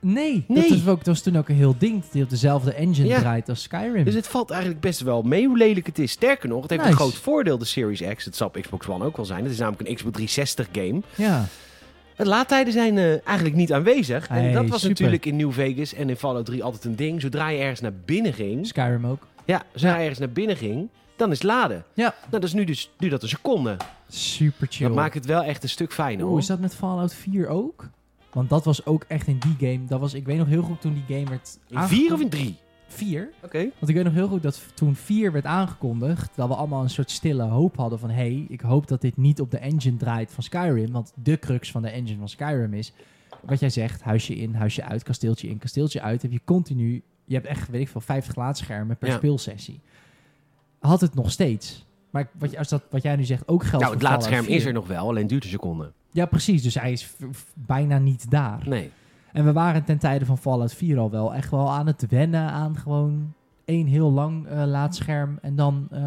S2: Nee.
S1: Nee.
S2: Dat, is ook, dat was toen ook een heel ding dat die op dezelfde engine
S1: Ja.
S2: draait als Skyrim.
S1: Dus het valt eigenlijk best wel mee hoe lelijk het is. Sterker nog, het heeft een
S2: Nice.
S1: groot voordeel, de Series X. Dat zal op Xbox One ook wel zijn. Het is namelijk een Xbox 360 game.
S2: ja.
S1: De laadtijden zijn eh, eigenlijk niet aanwezig. en
S2: Hey,
S1: dat was
S2: super.
S1: natuurlijk in New Vegas en in Fallout 3 altijd een ding. Zodra je ergens naar binnen ging,
S2: Skyrim ook.
S1: ja, zodra je ergens naar binnen ging, dan is het laden.
S2: Ja.
S1: Nou, dat is nu dus nu dat een seconde.
S2: Super chill.
S1: Dat maakt het wel echt een stuk fijner.
S2: Oeh,
S1: hoor.
S2: is dat met Fallout 4 ook? Want dat was ook echt in die game. Dat was, ik weet nog heel goed toen die game werd
S1: In vier of
S2: aangekondigd-
S1: in drie? Nou,
S2: Vier.
S1: Oké.
S2: Want ik weet nog heel goed dat toen 4 werd aangekondigd, dat we allemaal een soort stille hoop hadden van hé, hey, ik hoop dat dit niet op de engine draait van Skyrim, want de crux van de engine van Skyrim is, wat jij zegt, huisje in, huisje uit, kasteeltje in, kasteeltje uit, heb je continu, je hebt echt, weet ik veel, 50 laadschermen per
S1: Ja.
S2: speelsessie. Had het nog steeds. Maar wat, je- als dat, wat jij nu zegt ook geldt
S1: Nou, het
S2: voor
S1: laadscherm
S2: Fallout
S1: is
S2: 4.
S1: er nog wel, alleen duurt een seconde.
S2: Ja, precies. Dus hij is v- v- bijna niet daar.
S1: Nee.
S2: En we waren ten tijde van Fallout 4 al wel echt wel aan het wennen aan gewoon één heel lang eh laadscherm en dan eh,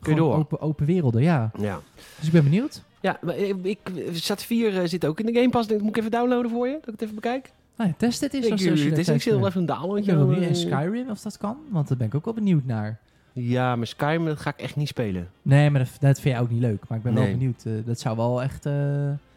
S2: gewoon
S1: door.
S2: Open, open werelden, ja.
S1: Ja.
S2: Dus ik ben benieuwd.
S1: Ja, maar eh, ik, zat 4 eh, zit ook in de Game Pass. Ik denk, Moet ik even downloaden voor je? Dat ik het even bekijk?
S2: Nou ja, test het eens.
S1: ik,
S2: als, als je
S1: het
S2: dat
S1: is
S2: kijkt.
S1: ik zit wel even een downloadje.
S2: Ik ben wel
S1: eh,
S2: benieuwd in Skyrim of dat kan, want daar ben ik ook wel benieuwd naar.
S1: Ja, maar Skyrim dat ga ik echt niet spelen.
S2: Nee, maar dat, dat vind jij ook niet leuk. Maar ik ben
S1: Nee.
S2: wel benieuwd. Eh, dat zou wel echt... eh,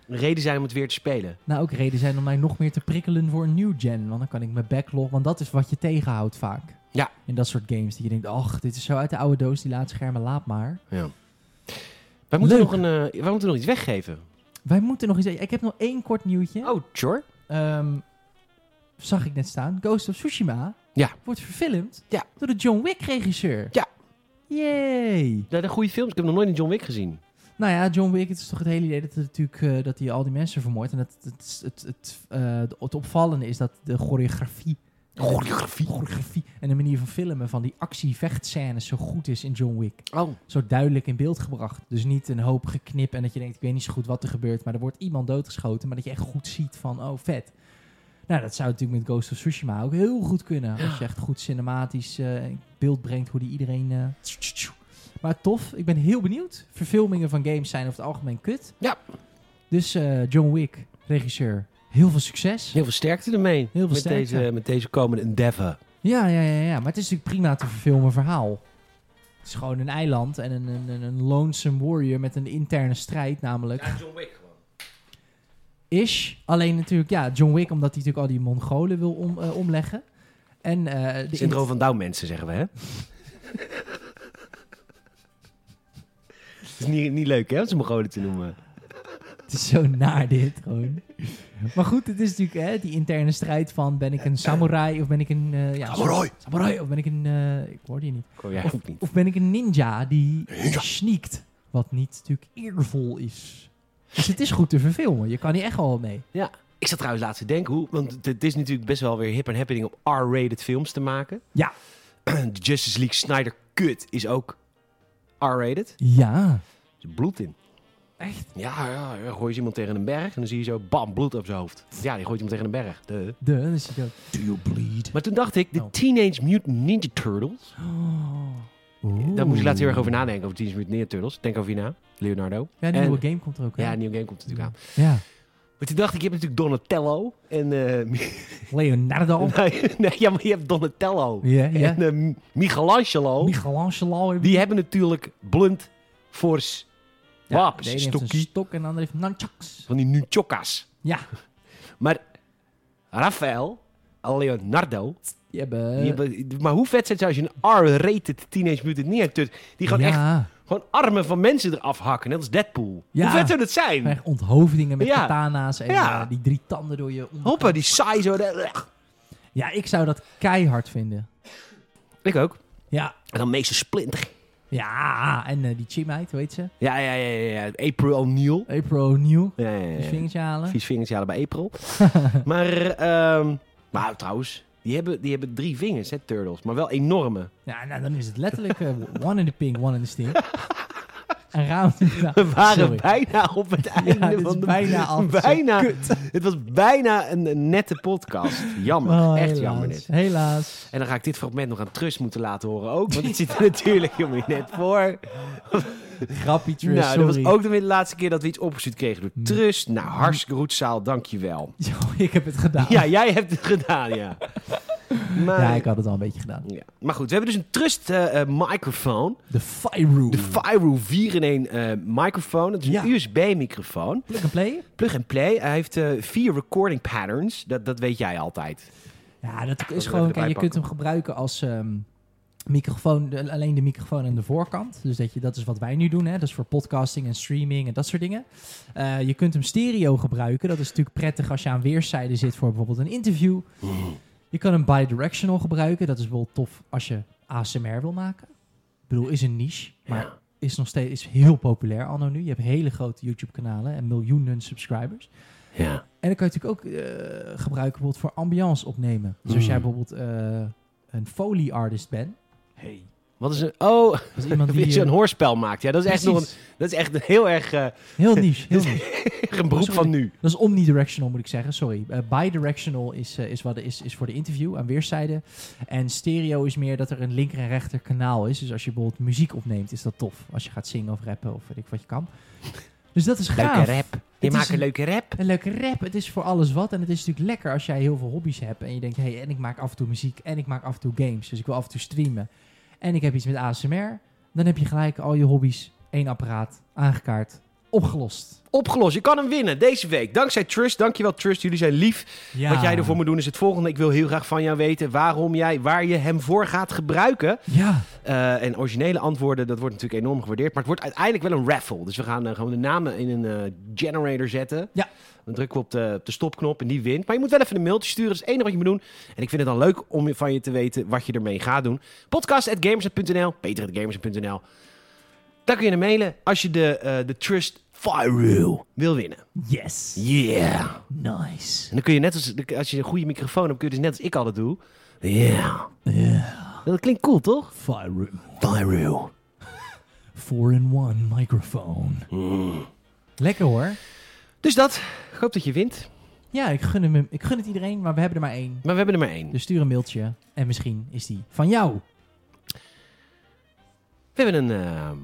S1: Een reden zijn om het weer te spelen.
S2: nou, ook reden zijn om mij nog meer te prikkelen voor een new gen. Want dan kan ik mijn backlog... Want dat is wat je tegenhoudt vaak.
S1: Ja.
S2: In dat soort games. Dat je denkt, ach, dit is zo uit de oude doos. Die laadschermen, laat maar.
S1: Ja. Wij moeten,
S2: Leuk.
S1: nog een, eh, wij moeten nog iets weggeven.
S2: Wij moeten nog eens... Ik heb nog één kort nieuwtje.
S1: Oh, sure.
S2: Ehm, zag ik net staan. Ghost of Tsushima.
S1: Ja.
S2: Wordt verfilmd
S1: Ja.
S2: door de John Wick regisseur.
S1: Ja.
S2: Yay.
S1: Dat zijn goede films. Ik heb nog nooit een John Wick gezien.
S2: Nou ja, John Wick, het is toch het hele idee dat, hij natuurlijk, eh, dat hij al die mensen vermoordt. En dat, het, het, het, eh, het opvallende is dat de choreografie...
S1: Choreografie?
S2: choreografie en de manier van filmen van die actie-vechtscènes zo goed is in John Wick.
S1: Oh.
S2: Zo duidelijk in beeld gebracht. Dus niet een hoop geknip en dat je denkt, ik weet niet zo goed wat er gebeurt, maar er wordt iemand doodgeschoten, maar dat je echt goed ziet van, oh vet. Nou, dat zou natuurlijk met Ghost of Tsushima ook heel goed kunnen. Als je echt goed cinematisch eh, in beeld brengt hoe die iedereen... eh, tsch, tsch, tsch. Maar tof, ik ben heel benieuwd. Verfilmingen van games zijn over het algemeen kut.
S1: Ja.
S2: Dus eh, John Wick, regisseur, heel veel succes.
S1: Heel veel sterkte ermee.
S2: veel
S1: met,
S2: sterkte.
S1: Deze, eh, met deze komende endeavor.
S2: Ja, ja, ja, ja. Maar het is natuurlijk prima te verfilmen verhaal. Het is gewoon een eiland en een, een, een- een lonesome warrior met een interne strijd namelijk.
S1: John Wick gewoon.
S2: Ish. Alleen natuurlijk, ja, John Wick omdat hij natuurlijk al die Mongolen wil om, eh, omleggen. En eh de
S1: Syndroom van Down mensen, zeggen we, hè? Het is niet, niet leuk, hè, om ze Mongolen te noemen.
S2: Het is zo naar dit gewoon. Maar goed, het is natuurlijk hè, die interne strijd van ben ik een samurai of ben ik een... eh, ja, Samurai of ben ik een... eh, ik hoorde je niet.
S1: Kom jij ook niet.
S2: Of ben ik een ninja die sneakt? Wat niet natuurlijk eervol is. Dus het is goed te verfilmen. Je kan hier echt wel mee.
S1: Ik zat trouwens laatst te denken, hoe, want het- het is natuurlijk best wel weer hip en happening om R-rated films te maken.
S2: Ja.
S1: De Justice League Snyder Cut is ook R-rated.
S2: Ja.
S1: Er zit bloed in.
S2: Echt?
S1: Ja, ja, ja, gooi je iemand tegen een berg en dan zie je zo, bam, bloed op zijn hoofd. Ja, die gooit iemand tegen een berg. Duh.
S2: De, dat is dood. Do you bleed?
S1: Maar toen dacht ik, de
S2: Oh.
S1: Teenage Mutant Ninja Turtles.
S2: Oh.
S1: Daar moest ik laatst heel erg over nadenken, over Teenage Mutant Ninja Turtles. Denk over je na, Leonardo.
S2: Ja, die
S1: En-
S2: nieuwe game komt er ook. hè?
S1: Ja, een nieuwe game komt natuurlijk aan.
S2: Ja.
S1: Maar toen dacht ik, je hebt natuurlijk Donatello en... eh,
S2: Leonardo.
S1: nee, nee, ja, maar je hebt Donatello
S2: Ja, ja.
S1: en eh, Michelangelo.
S2: Michelangelo. heeft-
S1: die hebben natuurlijk blunt force
S2: Ja,
S1: wapens.
S2: de ene heeft een
S1: stokjes
S2: stok en de ander heeft nunchucks.
S1: van die nunchokkas.
S2: Ja.
S1: Maar Raphaël, Leonardo,
S2: Die hebben...
S1: Die hebben- maar hoe vet zijn ze als je een R-rated Teenage Mutant Ninja Turtle... die gewoon echt
S2: ja,
S1: gewoon armen van mensen eraf hakken, net als Deadpool.
S2: Ja.
S1: Hoe vet zou dat zijn?
S2: echt onthoofdingen met
S1: Ja.
S2: katana's en
S1: Ja.
S2: eh, die drie tanden door je onderkant.
S1: Hoppa, die saai zo.
S2: Ja, ik zou dat keihard vinden.
S1: Ik ook.
S2: Ja,
S1: En dan meester Splinter.
S2: ja. en eh, die chimheid, weet ze?
S1: Ja, ja, ja, ja. ja. April O'Neil.
S2: April O'Neil.
S1: Ja, ja, ja,
S2: Die
S1: ja.
S2: vingertje halen.
S1: Vies vingers halen bij April. maar, ehm, maar trouwens, die hebben, die hebben drie vingers, hè, turtles. Maar wel enorme.
S2: Ja, nou, dan is het letterlijk eh, one in the pink, one in the stink. en round in the-
S1: We waren
S2: Sorry.
S1: bijna op het einde
S2: dit is
S1: van de...
S2: bijna af.
S1: bijna-
S2: Kut.
S1: Het was bijna een, een nette podcast. Jammer.
S2: Oh,
S1: Echt
S2: helaas.
S1: jammer dit.
S2: Helaas.
S1: En dan ga ik dit fragment nog aan Trust moeten laten horen ook. Want het zit er natuurlijk helemaal niet net voor.
S2: Grappie, Tris,
S1: Nou, dat
S2: sorry. Mm.
S1: was ook dan weer de laatste keer dat we iets opgestuurd kregen door Trust. Nou, hartstikke goed zaal, dankjewel.
S2: Yo, ik heb het gedaan.
S1: Ja, jij hebt het gedaan, ja. Maar,
S2: Ja, ik had het al een beetje gedaan.
S1: ja. maar goed, we hebben dus een Trust eh, eh, microfoon.
S2: De Fyru.
S1: De Fyro 4-in-1 eh, microfoon. Dat is een
S2: Mm. Ja.
S1: USB-microfoon.
S2: Plug and play?
S1: Plug and play. Hij heeft eh, vier recording patterns. Dat, dat weet jij altijd.
S2: Ja, dat
S1: we
S2: is
S1: even
S2: gewoon... Kijk,
S1: erbij
S2: je
S1: pakken.
S2: kunt hem gebruiken als ehm, microfoon... de- alleen de microfoon aan de voorkant. Dus dat, je, dat is wat wij nu doen. Hè. Dat is voor podcasting en streaming en dat soort dingen. Eh, je kunt hem stereo gebruiken. Dat is natuurlijk prettig als je aan weerszijden zit voor bijvoorbeeld een interview. Je kan hem bidirectional gebruiken. Dat is wel tof als je ASMR wil maken. Ik bedoel, is een niche, maar
S1: Ja.
S2: is nog steeds is heel populair anno nu. Je hebt hele grote YouTube-kanalen en miljoenen subscribers.
S1: Ja.
S2: En dan kan je natuurlijk ook eh, gebruiken bijvoorbeeld voor ambiance opnemen. Dus als jij
S1: Hmm.
S2: bijvoorbeeld eh, een foley artist bent. Hey.
S1: Wat is een... Oh,
S2: Dat is iemand die...
S1: wie zo'n
S2: eh,
S1: hoorspel maakt. Ja, dat is echt nog een,
S2: precies.
S1: dat is echt een heel erg eh,
S2: Heel niche, heel niche.
S1: een beroep
S2: Sorry.
S1: van nu.
S2: Dat is omnidirectional moet ik zeggen, sorry. Eh, bidirectional is, eh, is, wat, is, is voor de interview aan weerszijden. En stereo is meer dat er een linker en rechter kanaal is. Dus als je bijvoorbeeld muziek opneemt, is dat tof. Als je gaat zingen of rappen of weet ik wat je kan. Dus dat is gaaf.
S1: Leuke rap. Je
S2: is
S1: maakt een
S2: een-
S1: leuke rap.
S2: Een leuke rap, het is voor alles wat. En het is natuurlijk lekker als jij heel veel hobby's hebt. En je denkt, hey, en ik maak af en toe muziek. En ik maak af en toe games. Dus ik wil af en toe streamen. En ik heb iets met ASMR. Dan heb je gelijk al je hobby's, één apparaat, aangekaart, opgelost.
S1: Opgelost. Je kan hem winnen deze week. Dankzij Trust. Dankjewel Trust. Jullie zijn lief.
S2: Ja.
S1: Wat jij ervoor moet doen is het volgende. Ik wil heel graag van jou weten waarom jij, waar je hem voor gaat gebruiken.
S2: Ja.
S1: Eh, en originele antwoorden, dat wordt natuurlijk enorm gewaardeerd. Maar het wordt uiteindelijk wel een raffle. Dus we gaan eh, gewoon de namen in een eh, generator zetten.
S2: Ja.
S1: Dan drukken we op de, op de stopknop en die wint. Maar je moet wel even een mailtje sturen. Dat is het enige wat je moet doen. En ik vind het dan leuk om je- van je te weten wat je ermee gaat doen. Podcast.gamers.nl, peter.gamers.nl. Daar kun je naar mailen als je de, eh, de Trust Firewall wil winnen.
S2: Yes.
S1: Yeah.
S2: Nice.
S1: En dan kun je net als, als je een goede microfoon hebt, kun je dus net als ik altijd doe. Yeah. Dat klinkt cool, toch?
S2: Fire
S1: Firewall.
S2: 4-in-1 microfoon. Lekker hoor.
S1: Dus dat. Ik hoop dat je wint.
S2: Ja, ik gun, hem, ik gun het iedereen, maar we hebben er maar één.
S1: Maar we hebben er maar één.
S2: Dus stuur een mailtje en misschien is die van jou.
S1: We hebben een, ehm,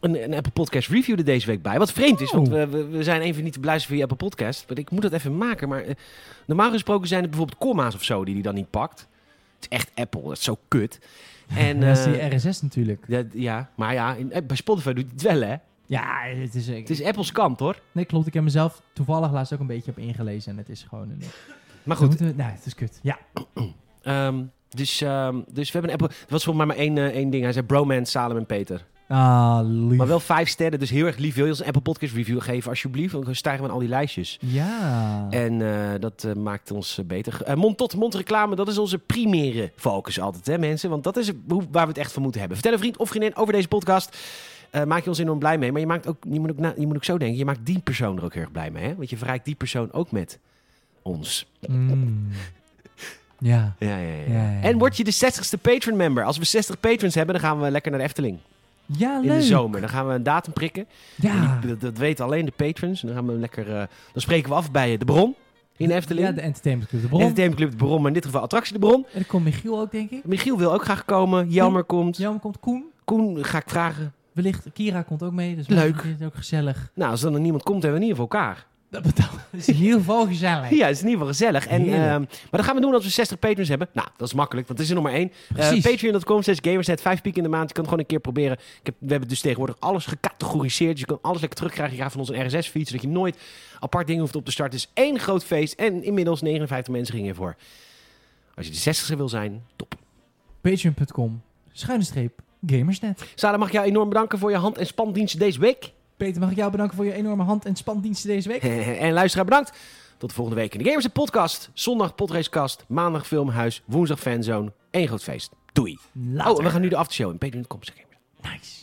S1: een, een Apple Podcast review er deze week bij. Wat vreemd is, want
S2: Oh.
S1: we, we, we zijn even niet te beluisteren via Apple Podcast. Maar ik moet dat even maken. Maar eh, normaal gesproken zijn het bijvoorbeeld comma's of zo die die dan niet pakt. Het is echt Apple. Dat is zo kut. En,
S2: En dat is
S1: eh,
S2: die RSS natuurlijk.
S1: dat- ja, maar ja, in- eh, bij Spotify doet het wel, hè?
S2: Ja, het is, ik-
S1: Het is Apple's kant, hoor.
S2: Nee, klopt. Ik heb mezelf toevallig laatst ook een beetje op ingelezen en het is gewoon een...
S1: Maar
S2: Dan
S1: goed,
S2: moeten we- nou, het is kut. Ja.
S1: ehm, dus, ehm, dus we hebben een Apple... Er was volgens mij maar één, eh, één ding. Hij zei bromance, Salem en Peter.
S2: Ah, lief.
S1: Maar wel vijf sterren, dus heel erg lief. Wil je ons een Apple Podcast review geven, alsjeblieft? Want dan stijgen we aan al die lijstjes.
S2: Ja.
S1: En eh, dat eh, maakt ons eh, beter. Eh, mond tot mond reclame, dat is onze primaire focus altijd, hè mensen? Want dat is hoe- waar we het echt van moeten hebben. Vertel een vriend of vriendin over deze podcast. Eh, maak je ons enorm blij mee. Maar je, maakt ook, je, moet ook na- je moet ook zo denken, je maakt die persoon er ook heel erg blij mee. Hè? Want je verrijkt die persoon ook met ons.
S2: Mm. Ja.
S1: Ja, ja, ja.
S2: Ja, ja, ja.
S1: En word je de 60ste patron member. Als we 60 patrons hebben, dan gaan we lekker naar de Efteling.
S2: Ja, leuk.
S1: In de zomer. Dan gaan we een datum prikken.
S2: Ja.
S1: Dat, dat weten alleen de patrons. En dan, gaan we lekker, eh, dan spreken we af bij eh, de bron in de Efteling.
S2: Ja, de Entertainment Club. De
S1: Bron.
S2: Bron.
S1: Entertainment Club de Bron, maar in dit geval attractie de Bron.
S2: En dan komt Michiel ook, denk ik.
S1: Michiel wil ook graag komen.
S2: Hm.
S1: Jelmer komt.
S2: Jan komt Koen.
S1: Koen ga ik vragen.
S2: Wellicht, Kira komt ook mee. Dus
S1: Leuk.
S2: Het is ook gezellig.
S1: Nou, als er dan niemand komt, hebben we in ieder geval elkaar.
S2: Dat is in ieder geval gezellig.
S1: Ja, het is in ieder geval gezellig. En,
S2: Heerlijk.
S1: ehm, maar dat gaan we doen als we 60 patrons hebben. Nou, dat is makkelijk, want het is er nog maar één. Eh,
S2: Precies.
S1: Patreon.com, 6 gamersnet, 5 piek in de maand. Je kan het gewoon een keer proberen. Ik heb, we hebben dus tegenwoordig alles gecategoriseerd. Dus je kan alles lekker terugkrijgen. Je krijgt van ons een RSS-feed, zodat je nooit apart dingen hoeft op te starten. Het is één groot feest. En inmiddels 59 mensen gingen ervoor. Als je de 60 wil zijn, top.
S2: Patreon.com, schuine streep, gamersnet.
S1: Sarah, mag ik jou enorm bedanken voor je hand- en spandiensten deze week.
S2: Peter, mag ik jou bedanken voor je enorme hand- en spandiensten deze week?
S1: en luisteraar, bedankt. Tot de volgende week in de Gamers en Podcast. Zondag Podracecast, maandag Filmhuis, woensdag Fanzone. Eén groot feest. Doei.
S2: Later.
S1: Oh, we gaan nu de aftershow in patreon.com. zeg ik.
S2: Nice.